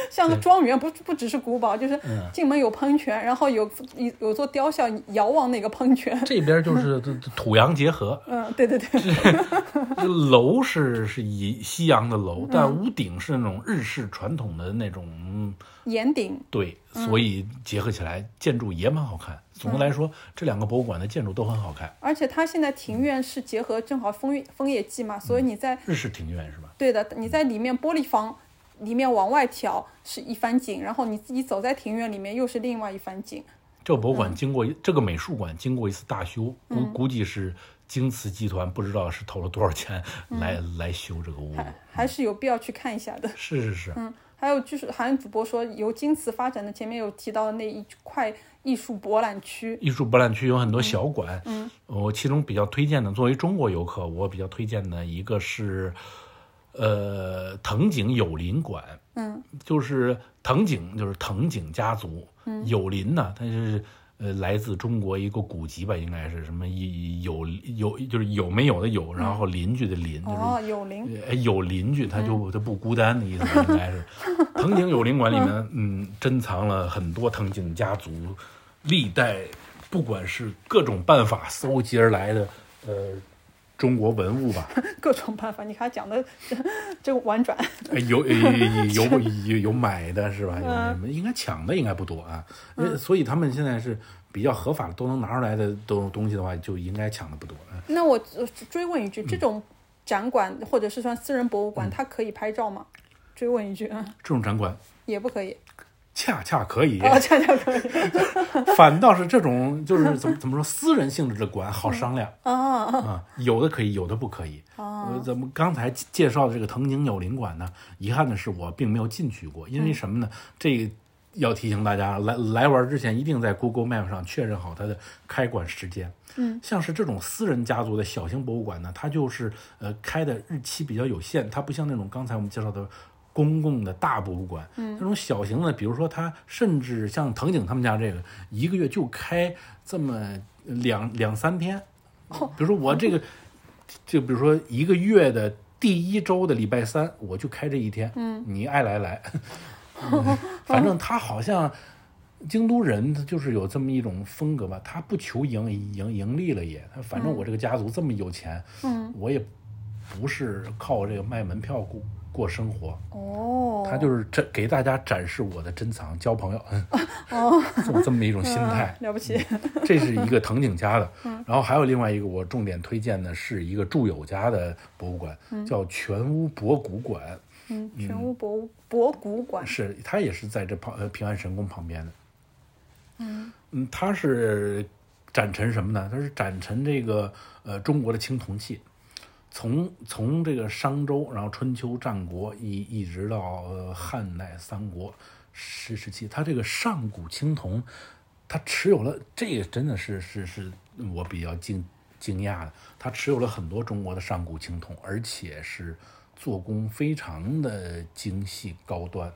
Speaker 2: 像个庄园，不不只是古堡，就是进门有喷泉，然后有有有座雕像遥望那个喷泉。
Speaker 3: 这边就是土洋结合，
Speaker 2: 嗯，对对对，
Speaker 3: 这楼是是以西洋的楼，但屋顶是那种日式传统的那种嗯
Speaker 2: <laughs> 岩顶
Speaker 3: 对，所以结合起来建筑也蛮好看。总的来说，这两个博物馆的建筑都很好看。
Speaker 2: 而且它现在庭院是结合正好枫叶枫叶季嘛，所以你在、
Speaker 3: 日式庭院是吧？
Speaker 2: 对的，你在里面玻璃房里面往外挑是一番景，然后你自己走在庭院里面又是另外一番景。
Speaker 3: 这个博物馆经过、这个美术馆经过一次大修，估、估计是京瓷集团不知道是投了多少钱来、来修这个屋子。
Speaker 2: 还是有必要去看一下的。
Speaker 3: 是是是，
Speaker 2: 还有就是韩主播说，由京瓷发展的前面有提到的那一块艺术博览区，
Speaker 3: 艺术博览区有很多小馆，嗯，我其中比较推荐的，作为中国游客，我比较推荐的一个是，呃，藤井友邻馆，嗯，就是藤井就是藤井家族，嗯，友邻呢，它是呃来自中国一个古籍吧，应该是什么一有有就是有没有的有，然后邻居的邻，就是
Speaker 2: 哦，有林。
Speaker 3: 呃有邻居，他就他不孤单的意思，应该是。藤井友邻馆里面，嗯，珍藏了很多藤井家族历代，不管是各种办法搜集而来的，呃，中国文物吧，
Speaker 2: 各种办法，你看他讲的这 <laughs> 这个婉转，
Speaker 3: 呃有呃有有有有买的是吧？有什么应该抢的应该不多啊，呃所以他们现在是比较合法的，都能拿出来的东东西的话，就应该抢的不多。呃
Speaker 2: 那我呃追问一句，这种展馆或者是算私人博物馆，它可以拍照吗？追问一句，嗯，
Speaker 3: 这种展馆
Speaker 2: 也不可以，
Speaker 3: 恰恰可以。
Speaker 2: 哦，恰恰可以，
Speaker 3: 反倒是这种就是怎么 <laughs> 怎么说私人性质的馆好商量啊啊，有的可以，有的不可以。呃，咱们刚才介绍的这个藤井友邻馆呢，遗憾的是我并没有进去过，因为什么呢？这个要提醒大家，来来玩之前一定在 Google Map 上确认好它的开馆时间。嗯，像是这种私人家族的小型博物馆呢，它就是呃开的日期比较有限，它不像那种刚才我们介绍的公共的大博物馆，嗯，那种小型的，比如说它甚至像藤井他们家这个，一个月就开这么两两三天。比如说我这个，就比如说一个月的第一周的礼拜三，我就开这一天，嗯，你爱来 <laughs> 来。反正他好像京都人，他就是有这么一种风格吧，他不求盈盈盈利了也，他反正
Speaker 2: 嗯
Speaker 3: 我这个家族这么有钱，嗯，我也不是靠这个卖门票过过生活，
Speaker 2: 哦，
Speaker 3: 他就是这给大家展示我的珍藏，交朋友，
Speaker 2: <laughs>
Speaker 3: <laughs>
Speaker 2: 哦，
Speaker 3: 这这么一种心态。
Speaker 2: 嗯了嗯不起，
Speaker 3: 这是一个藤井家的，然后还有另外一个我重点推荐的是一个住友家的博物馆，叫全屋博古馆，
Speaker 2: 嗯，全屋博物博古馆，
Speaker 3: 是它也是在这旁呃平安神宫旁边的，嗯它是展陈什么呢？它是展陈这个呃中国的青铜器，从从这个商周，然后春秋战国一一直到、呃汉代三国时时期，它这个上古青铜，它持有了这个真的是是是我比较惊惊讶的，它持有了很多中国的上古青铜，而且是做工非常的精细高端。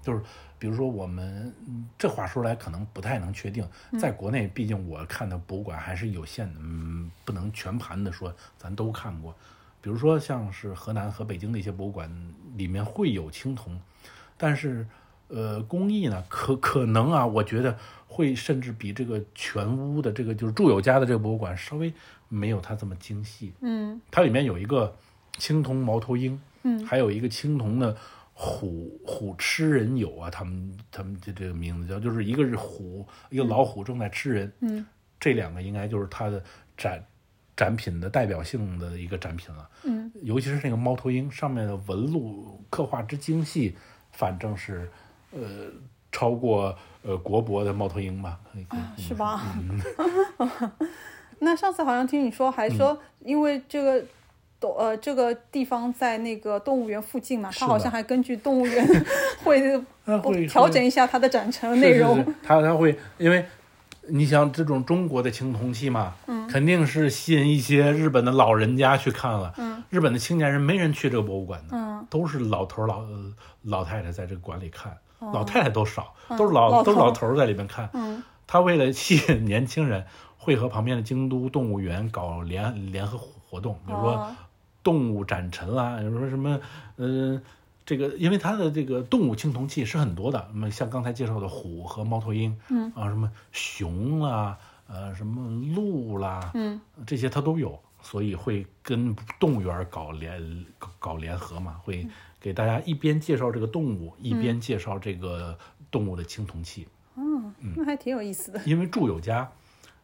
Speaker 3: 就是比如说我们嗯这话说来可能不太能确定，在国内毕竟我看的博物馆还是有限的，嗯，不能全盘的说咱都看过。比如说像是河南和北京的一些博物馆里面会有青铜，但是呃工艺呢可可能啊，我觉得会甚至比这个全屋的这个就是住友家的这个博物馆稍微没有它这么精细，
Speaker 2: 嗯
Speaker 3: 它里面有一个青铜猫头鹰，嗯，还有一个青铜的虎虎吃人鼬啊，他们他们这这个名字叫，就是一个是虎，一个老虎正在吃人，嗯，这两个应该就是它的展展品的代表性的一个展品了，嗯，尤其是那个猫头鹰上面的纹路刻画之精细，反正是呃超过呃国博的猫头鹰吧，可以可以
Speaker 2: 是吧？嗯 <laughs> 那上次好像听你说，还
Speaker 3: 嗯
Speaker 2: 说因为这个。动呃，这个地方在那个动物园附近嘛，
Speaker 3: 是
Speaker 2: 他
Speaker 3: 的
Speaker 2: 好像还根据动物园 <laughs> 会
Speaker 3: 那会
Speaker 2: 调
Speaker 3: 会
Speaker 2: 整一下它的展陈
Speaker 3: 是
Speaker 2: 内
Speaker 3: 是
Speaker 2: 容。
Speaker 3: 是他他会因为。你想这种中国的青铜器嘛，
Speaker 2: 嗯
Speaker 3: 肯定是吸引一些日本的老人家去看了。
Speaker 2: 嗯
Speaker 3: 日本的青年人没人去这个博物馆的，都是老头儿老呃老太太在这个馆里看，老太太都少，都是老
Speaker 2: 哦嗯老
Speaker 3: 都是
Speaker 2: 头儿
Speaker 3: 老头儿在里面看。他为了吸引年轻人，会和旁边的京都动物园搞联联合活动，比如说
Speaker 2: 哦
Speaker 3: 动物展陈啦，比如说什么，嗯、这个因为它的这个动物青铜器是很多的，那么像刚才介绍的虎和猫头鹰，嗯啊什么熊啦，呃什么鹿啦，嗯这些它都有，所以会跟动物园搞联搞搞联合嘛，会给大家一边介绍这个动物，一边介绍这个动物的青铜器。
Speaker 2: 那还挺有意思的。
Speaker 3: 因为住友家，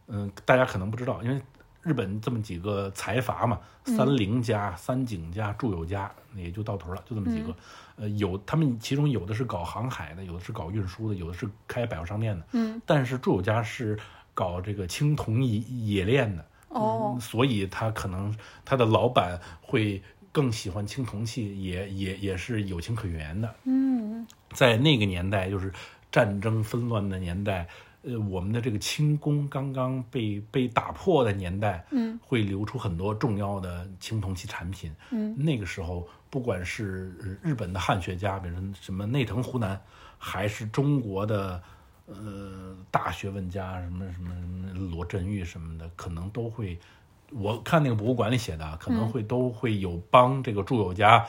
Speaker 3: 嗯、大家可能不知道，因为日本这么几个财阀嘛，三菱家、三井家、住友家，也就到头了，就这么几个。呃，有他们其中有的是搞航海的，有的是搞运输的，有的是开百货商店的。嗯，但是住友家是搞这个青铜冶冶炼的。
Speaker 2: 哦
Speaker 3: 嗯，所以他可能他的老板会更喜欢青铜器，也也也是有情可原的。在那个年代，就是战争纷乱的年代，呃，我们的这个清宫刚刚被被打破的年代，嗯，会流出很多重要的青铜器产品，嗯，那个时候，不管是呃日本的汉学家，比如说什么内藤湖南，还是中国的。呃，大学问家什么什么什么罗振玉什么的，可能都会，我看那个博物馆里写的啊，可能会都会有帮这个住友家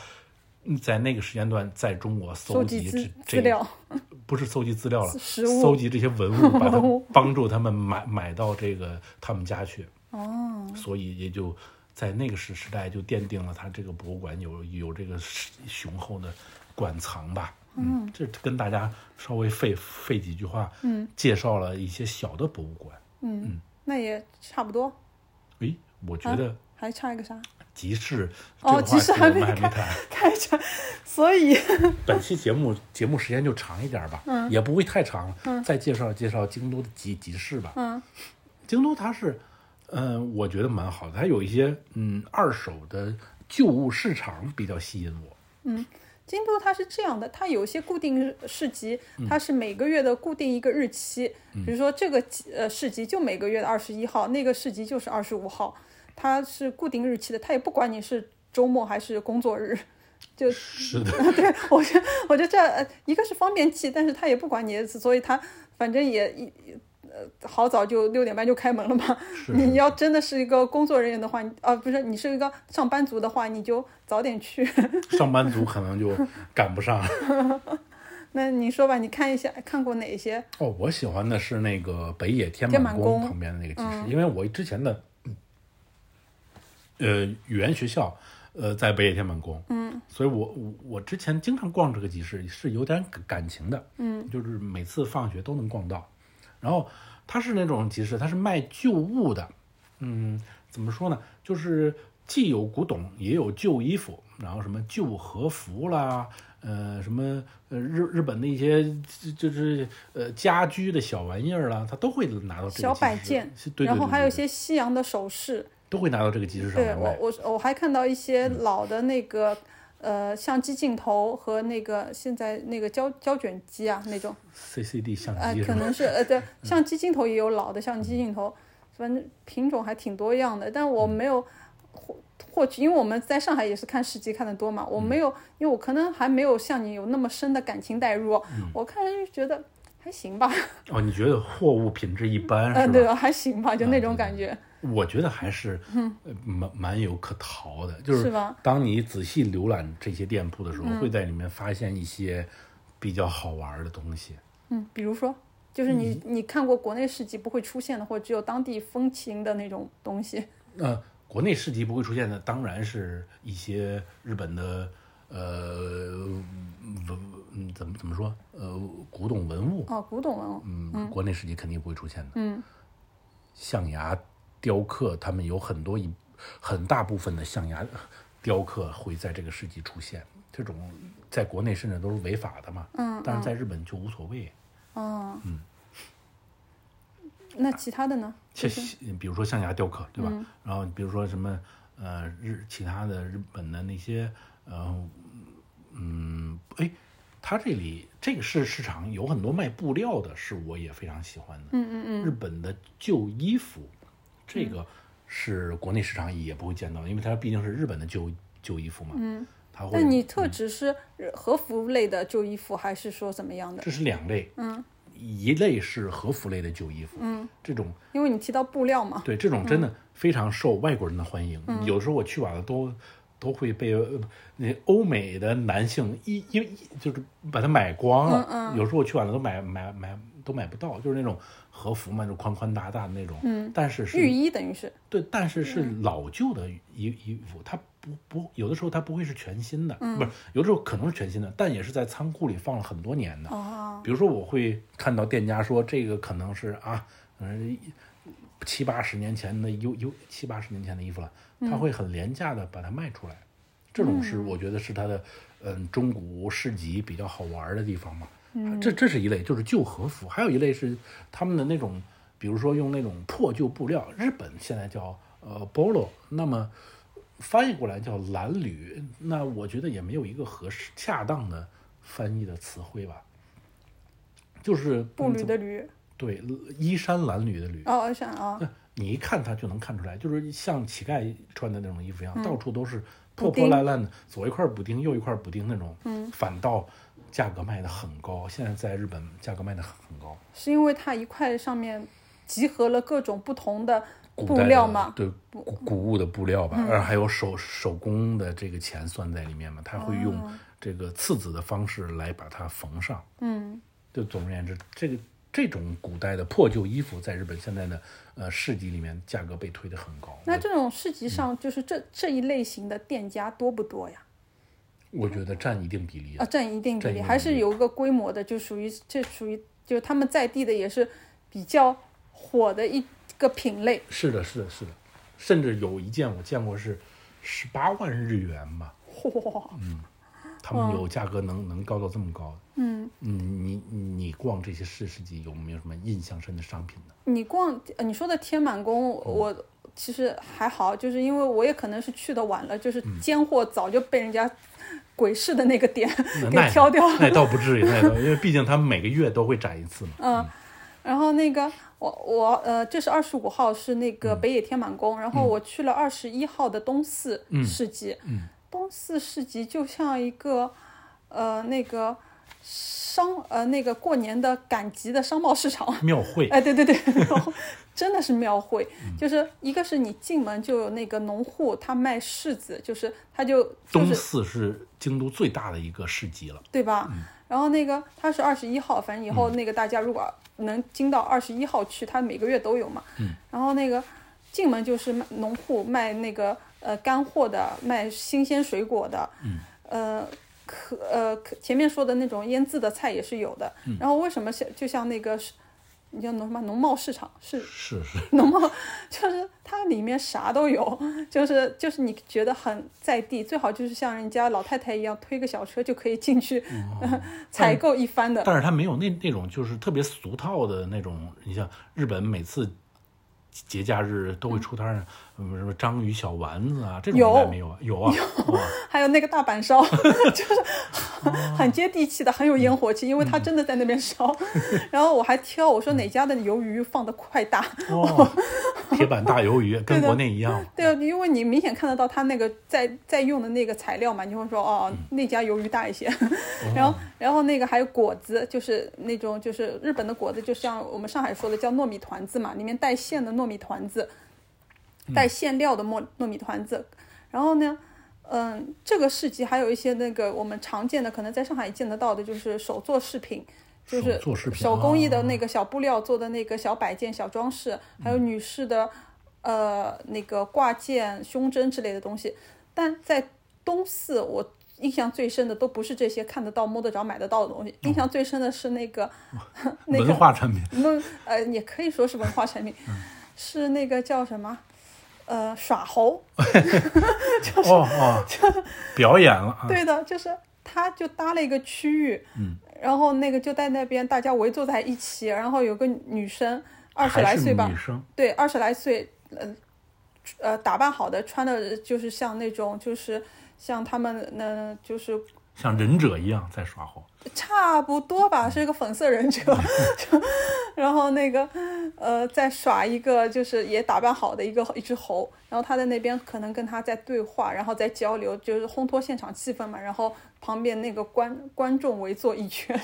Speaker 3: 在那个时间段在中国搜
Speaker 2: 收
Speaker 3: 集
Speaker 2: 集
Speaker 3: 这
Speaker 2: 资
Speaker 3: 这
Speaker 2: 资料，
Speaker 3: 不是搜集资料了，
Speaker 2: 实物
Speaker 3: 搜集这些文物，把它帮助他们买买到这个他们家去。哦，所以也就在那个时时代就奠定了他这个博物馆有有这个雄厚的馆藏吧。嗯，这跟大家稍微费费几句话，嗯，介绍了一些小的博物馆。
Speaker 2: 那也差不多。
Speaker 3: 诶，我觉得
Speaker 2: 还差一
Speaker 3: <laughs>
Speaker 2: 个啥？
Speaker 3: 集市这
Speaker 2: 啊哦
Speaker 3: 个话
Speaker 2: 集市
Speaker 3: 题我们
Speaker 2: 还没
Speaker 3: 还没
Speaker 2: 开
Speaker 3: 谈。
Speaker 2: 开展，所以
Speaker 3: 本期节目节目时间就长一点吧，也不会太长了。再介绍介绍京都的集集市吧。
Speaker 2: 嗯
Speaker 3: 京都它是，嗯、我觉得蛮好的，它有一些嗯二手的旧物市场比较吸引我。 <laughs>
Speaker 2: 京都它是这样的，它有些固定市集，它是每个月的固定一个日期，比如说这个呃市集就每个月的二十一号，那个市集就是二十五号，它是固定日期的，它也不管你是周末还是工作日。 <laughs> 就是
Speaker 3: 的，
Speaker 2: 对我觉得我觉得这呃一个是方便记，但是他也不管你，所以他反正也一呃好早就六点半就开门了嘛。你要真的是一个工作人员的话，你啊不是你是一个上班族的话，你就早点去。 <laughs>
Speaker 3: 上班族可能就赶不上。
Speaker 2: 那你说吧，你看一下看过哪些？
Speaker 3: 哦，我喜欢的是那个北野天
Speaker 2: 天
Speaker 3: 满嗯
Speaker 2: 满宫
Speaker 3: 旁边的那个集市，因为我之前的呃语言学校呃在北野天满宫，嗯，所以我我我之前经常逛这个集市是有点感感情的，嗯，就是每次放学都能逛到，然后它是那种集市，它是卖旧物的，嗯，怎么说呢？就是既有古董，也有旧衣服，然后什么旧和服啦，呃，什么呃日日本的一些就就是呃家居的小玩意儿啦，他都会拿到这个
Speaker 2: 小摆
Speaker 3: 集市
Speaker 2: 件
Speaker 3: 是，对对对
Speaker 2: 然后还有一
Speaker 3: 对对
Speaker 2: 些西洋的首饰。
Speaker 3: 都会拿到这个集市上
Speaker 2: 对
Speaker 3: 来卖。嗯
Speaker 2: 我我我还看到一些老的那个。呃，相机镜头和那个现在那个胶胶卷机啊，那种
Speaker 3: CCD 相
Speaker 2: 呃，
Speaker 3: 机是
Speaker 2: 可
Speaker 3: 吗？嗯
Speaker 2: 能是呃，对，相机镜头也有老的相机镜头，反正品种还挺多样的。但我
Speaker 3: 嗯
Speaker 2: 没有获获取，因为我们在上海也是看市集看的多嘛，
Speaker 3: 嗯
Speaker 2: 我没有，因为我可能还没有像你有那么深的感情代入，
Speaker 3: 嗯
Speaker 2: 我看就觉得还行吧，
Speaker 3: 哦，你觉得货物品质一般
Speaker 2: 嗯，
Speaker 3: 是
Speaker 2: 对
Speaker 3: 吧？
Speaker 2: 吧？还行吧，就那种感觉。
Speaker 3: 我觉得还是呃蛮蛮有可淘的，就是
Speaker 2: 吧
Speaker 3: 当你仔细浏览这些店铺的时候，会在里面发现一些比较好玩的东西。
Speaker 2: 嗯，比如说，就是你、
Speaker 3: 嗯
Speaker 2: 你看过国内市集不会出现的，或者只有当地风情的那种东西。
Speaker 3: 呃，国内市集不会出现的，当然是一些日本的呃文嗯怎么怎么说呃古董文物，
Speaker 2: 哦，古董文物，
Speaker 3: 嗯，国内市集肯定不会出现的。嗯，象牙雕刻，他们有很多一很大部分的象牙雕刻会在这个市集出现，这种在国内甚至都是违法的嘛。嗯，但是在日本就无所谓。
Speaker 2: 那其他的呢？
Speaker 3: 其实，比如说象牙雕刻，对吧？然后比如说什么呃日其他的日本的那些呃嗯哎，它这里这个市市场有很多卖布料的，是我也非常喜欢的。嗯嗯嗯，日本的旧衣服，这个是国内市场也不会见到的，因为它毕竟是日本的旧旧衣服嘛。嗯，它会嗯
Speaker 2: 那你特指是和服类的旧衣服，还是说怎么样的？
Speaker 3: 这是两类，嗯，一类是和服类的旧衣服，嗯，这种
Speaker 2: 因为你提到布料嘛，
Speaker 3: 对，这种真的非常受外国人的欢迎。
Speaker 2: 嗯
Speaker 3: 有的时候我去晚了都都会被呃那欧美的男性一因为一就是把它买光了。
Speaker 2: 嗯
Speaker 3: 有时候我去晚了都买买买都买不到，就是那种和服嘛，就宽宽大大的那种。嗯，但是是嗯
Speaker 2: 浴衣嗯等于是，
Speaker 3: 对，但是是老旧的衣衣服，它不不有的时候它不会是全新的，
Speaker 2: 嗯
Speaker 3: 不是有的时候可能是全新的，但也是在仓库里放了很多年的。
Speaker 2: 哦
Speaker 3: 比如说我会看到店家说这个可能是啊，嗯、七八十年前的有有七八十年前的衣服了，他会很廉价的把它卖出来，这种是我觉得是它的嗯中古市集比较好玩的地方嘛。啊这这是一类，就是旧和服，还有一类是他们的那种，比如说用那种破旧布料，日本现在叫呃 polo，那么翻译过来叫褴褛，那我觉得也没有一个合适恰当的翻译的词汇吧，就是
Speaker 2: 步履的履，
Speaker 3: 对衣衫褴褛的褛，
Speaker 2: 哦，是啊，
Speaker 3: 那 <laughs> 你一看它就能看出来，就是像乞丐穿的那种衣服一样，到处都是
Speaker 2: 嗯
Speaker 3: 破
Speaker 2: 补丁
Speaker 3: 破烂烂的，左一块补丁，右一块补丁那种，反倒价格卖的很高。现在在日本价格卖的很高，
Speaker 2: 是因为它一块上面集合了各种不同的
Speaker 3: 古
Speaker 2: 布
Speaker 3: 代的
Speaker 2: 料嗯嘛，
Speaker 3: 对古古物的布料吧，然后还有手手工的这个钱算在里面嘛，他会用
Speaker 2: 哦
Speaker 3: 这个次子的方式来把它缝上。
Speaker 2: 嗯，
Speaker 3: 就总而言之，这个这种古代的破旧衣服在日本现在的呃市集里面价格被推得很高。
Speaker 2: 那这种市
Speaker 3: 嗯
Speaker 2: 集上就是这这一类型的店家多不多呀？
Speaker 3: 我觉得占一定比例的
Speaker 2: 啊，占一定比
Speaker 3: 占一
Speaker 2: 例，
Speaker 3: 定
Speaker 2: 还
Speaker 3: 比
Speaker 2: 是
Speaker 3: 例
Speaker 2: 有一个规模的，就属于这属于就是他们在地的也是比较火的一个品类，
Speaker 3: 是的，是的，是的，甚至有一件我见过是十八万日元吧，
Speaker 2: 哇，
Speaker 3: 嗯他们有价格能、能高到这么高的。嗯，你你你逛这些市市集有没有什么印象深的商品呢？
Speaker 2: 你逛呃你说的天满宫，
Speaker 3: 哦
Speaker 2: 我
Speaker 3: 嗯
Speaker 2: 其实还好，就是因为我也可能是去的晚了，就是尖货早就被人家 <laughs> 鬼市的那个点
Speaker 3: 那
Speaker 2: 给挑掉了。
Speaker 3: 那倒不至于，那倒因为毕竟他们每个月都会展一次嘛。
Speaker 2: 嗯，然后那个我我呃，这是二十五号是那个北野天满宫，然后我去了二十一号的东四市集，东四市集就像一个呃那个商呃那个过年的赶集的商贸市场，
Speaker 3: 庙会，
Speaker 2: <laughs> 哎，对对对，然后真的是庙会，就是一个是你进门就有那个农户，他卖柿子，就是他就就
Speaker 3: 东
Speaker 2: 是
Speaker 3: 四是京都最大的一个市集了。
Speaker 2: 对吧？然后那个它是二十一号，反正以后那个大家如果能经到二十一号去，它每个月都有嘛。然后那个进门就是卖农户卖那个呃干货的，卖新鲜水果的，呃。可呃，可前面说的那种腌制的菜也是有的。然后为什么像就像那个是，你叫农什么农贸市场是
Speaker 3: 是是，
Speaker 2: <laughs> 农贸，就是它里面啥都有，就是就是你觉得很在地，最好就是像人家老太太一样推个小车就可以进去、呃 <laughs> 采购一番 <laughs> 的。
Speaker 3: 但是他没有那那种就是特别俗套的那种。你像日本每次节假日都会出摊儿，什
Speaker 2: 嗯
Speaker 3: 么什么章鱼小丸子啊，这种应该没有啊？有啊，哇
Speaker 2: 还有那个大阪烧， <laughs> 就是很很接地气的，很有烟火气，因为它真的在那边烧。然后我还挑，我说哪家的鱿鱼放的块大， <laughs>
Speaker 3: 哦，铁板大鱿鱼跟
Speaker 2: 的
Speaker 3: 国内一样。
Speaker 2: 对啊，因为你明显看得到它那个在在用的那个材料嘛，你会说哦，那家鱿鱼大一些。然后然后那个还有果子，就是那种就是日本的果子，就像我们上海说的叫糯米团子嘛，里面带馅的糯米团子，
Speaker 3: 嗯
Speaker 2: 带馅料的糯糯米团子。然后呢，嗯，这个市集还有一些那个我们常见的，可能在上海见得到的，就是手作饰品。就是
Speaker 3: 手作饰品
Speaker 2: 手工艺的
Speaker 3: 啊
Speaker 2: 那个小布料做的那个小摆件、小装饰，还
Speaker 3: 嗯
Speaker 2: 有女士的呃那个挂件、胸针之类的东西。但在东四，我印象最深的都不是这些看得到、摸得着、买得到的东
Speaker 3: 哦
Speaker 2: 西，印象最深的是那个、那个
Speaker 3: 文化产
Speaker 2: <laughs>
Speaker 3: 品，
Speaker 2: 那呃也可以说是文化产品，
Speaker 3: 嗯
Speaker 2: <laughs> 是那个叫什么呃耍猴，
Speaker 3: 啊哦哦，表演了啊！
Speaker 2: 对的，就是他就搭了一个区域，
Speaker 3: 嗯
Speaker 2: 然后那个就在那边大家围坐在一起，然后有个女生二十来
Speaker 3: 还是
Speaker 2: 岁吧
Speaker 3: 女，生，
Speaker 2: 对，二十来岁，呃，呃，打扮好的，穿的就是像那种就是像他们那、呃就是
Speaker 3: 像忍者一样在耍猴。
Speaker 2: 差不多吧，是一个粉色忍者，
Speaker 3: <laughs>
Speaker 2: 就然后那个呃，再耍一个就是也打扮好的一个一只猴，然后他在那边可能跟他在对话，然后在交流，就是烘托现场气氛嘛。然后旁边那个观观众围坐一圈，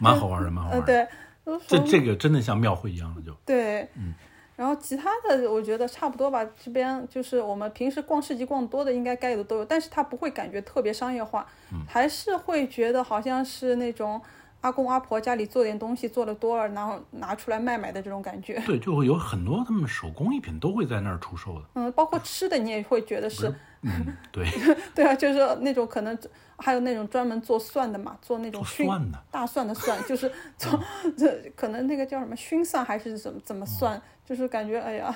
Speaker 3: 蛮好玩的，蛮好
Speaker 2: 呃，
Speaker 3: 玩的。
Speaker 2: 对，都
Speaker 3: 这
Speaker 2: 说
Speaker 3: 这个真的像庙会一样了，就
Speaker 2: 对，
Speaker 3: 嗯
Speaker 2: 然后其他的我觉得差不多吧，这边就是我们平时逛市集逛多的，应该该有的都有，但是它不会感觉特别商业化，
Speaker 3: 嗯
Speaker 2: 还是会觉得好像是那种阿公阿婆家里做点东西做的多了，然后拿出来卖卖的这种感觉。
Speaker 3: 对，就会有很多他们手工艺品都会在那儿出售的。
Speaker 2: 嗯，包括吃的你也会觉得是，
Speaker 3: 嗯，对，
Speaker 2: 对啊，就是那种可能还有那种专门做蒜的嘛，做那种
Speaker 3: 做
Speaker 2: 熏
Speaker 3: 蒜嗯的
Speaker 2: 大蒜的蒜，就是做这可能那个叫什么熏蒜还是怎么怎么
Speaker 3: 哦
Speaker 2: 蒜，就是感觉哎呀，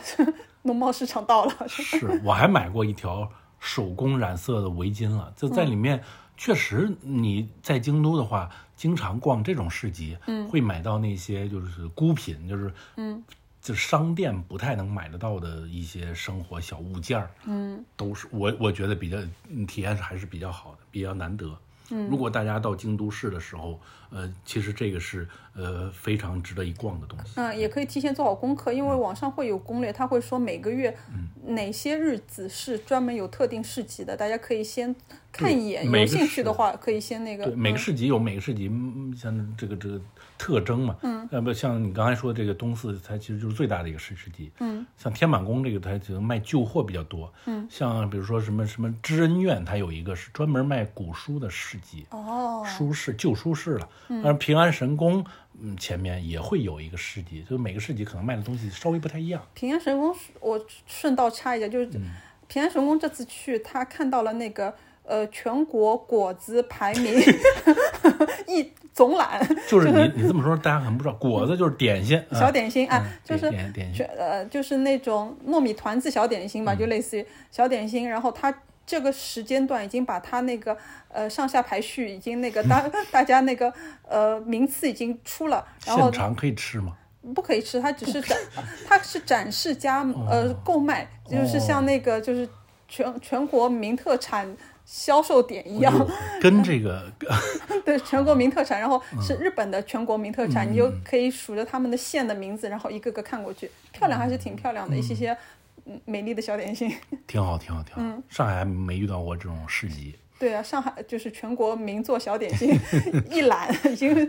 Speaker 2: 农贸市场到了，
Speaker 3: <laughs> 是我还买过一条手工染色的围巾了，就在里面。确实，你在京都的话，经常逛这种市集，嗯，会买到那些就是孤品，就是嗯，就是商店不太能买得到的一些生活小物件嗯，都是我我觉得比较嗯体验还是比较好的，比较难得。嗯，如果大家到京都市的时候，呃，其实这个是呃非常值得一逛的东西。
Speaker 2: 嗯，也可以提前做好功课，因为网上会有攻略，他会说每个月
Speaker 3: 嗯
Speaker 2: 哪些日子是专门有特定市集的，大家可以先看一眼，
Speaker 3: 每
Speaker 2: 有
Speaker 3: 个
Speaker 2: 兴
Speaker 3: 市
Speaker 2: 趣的话可以先那个
Speaker 3: 对，。每个市集有每个市集嗯像这个这个特征嘛，嗯，要不像你刚才说这个东四，它其实就是最大的一个市市集，嗯，像天满宫这个，它就卖旧货比较多，嗯，像比如说什么什么知恩院，它有一个是专门卖古书的市集，
Speaker 2: 哦，嗯
Speaker 3: 书市旧书市了，但是平安神宫，嗯，前面也会有一个市集，就是每个市集可能卖的东西稍微不太一样，
Speaker 2: 平安神宫是，我顺道插一下，就是
Speaker 3: 嗯
Speaker 2: 平安神宫这次去，他看到了那个呃全国果子排名 <laughs> 一总览，
Speaker 3: 就是
Speaker 2: <laughs>
Speaker 3: 你你这么说，大家可能不知道，果子就是点心，啊
Speaker 2: 小点心啊，
Speaker 3: 嗯
Speaker 2: 就是
Speaker 3: 点点嗯
Speaker 2: 就
Speaker 3: 心，
Speaker 2: 呃就是那种糯米团子小点心吧，就类似于小点心。然后它这个时间段已经把它那个呃上下排序已经那个
Speaker 3: <laughs>
Speaker 2: 大大家那个呃名次已经出了，然后
Speaker 3: 现场可以吃吗？
Speaker 2: 不可以吃，它只是展，它是展示
Speaker 3: 哦
Speaker 2: 加呃购买，就是像那个就是全全国名特产销售点一
Speaker 3: 哦
Speaker 2: 样，
Speaker 3: 跟这个
Speaker 2: 对，全国名特产，然后
Speaker 3: 嗯
Speaker 2: 是日本的全国名特产，你就可以数着他们的县的名字，然后一个个看
Speaker 3: 嗯
Speaker 2: 过去，漂亮还是挺漂亮的，一些些嗯美丽的小点心。 <laughs>
Speaker 3: 挺好，挺好，挺好。
Speaker 2: 嗯
Speaker 3: 上海还没遇到过这种市集，
Speaker 2: 对啊，上海就是全国名作小点
Speaker 3: <laughs>
Speaker 2: 心一览，已经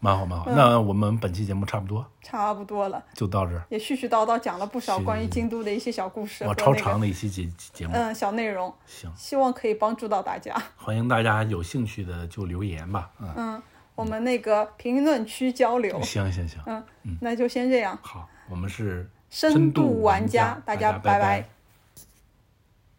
Speaker 3: 蛮好，蛮
Speaker 2: 嗯
Speaker 3: 好。那我们本期节目差不多
Speaker 2: 差不多了，
Speaker 3: 就到这儿，
Speaker 2: 也絮絮叨叨讲了不少
Speaker 3: 是
Speaker 2: 关于京都的一些小故事
Speaker 3: 哇，
Speaker 2: 和
Speaker 3: 超
Speaker 2: 那个
Speaker 3: 长的一期节节目，
Speaker 2: 嗯小内容，
Speaker 3: 行，
Speaker 2: 希望可以帮助到大
Speaker 3: <laughs>
Speaker 2: 家。
Speaker 3: 欢迎大家有兴趣的就留言吧，嗯，
Speaker 2: 嗯，我们那个评论区交流。
Speaker 3: 行行行，
Speaker 2: 嗯，那就先这样。
Speaker 3: 好，我们是
Speaker 2: 深度玩家大家
Speaker 3: 大家拜
Speaker 2: 拜拜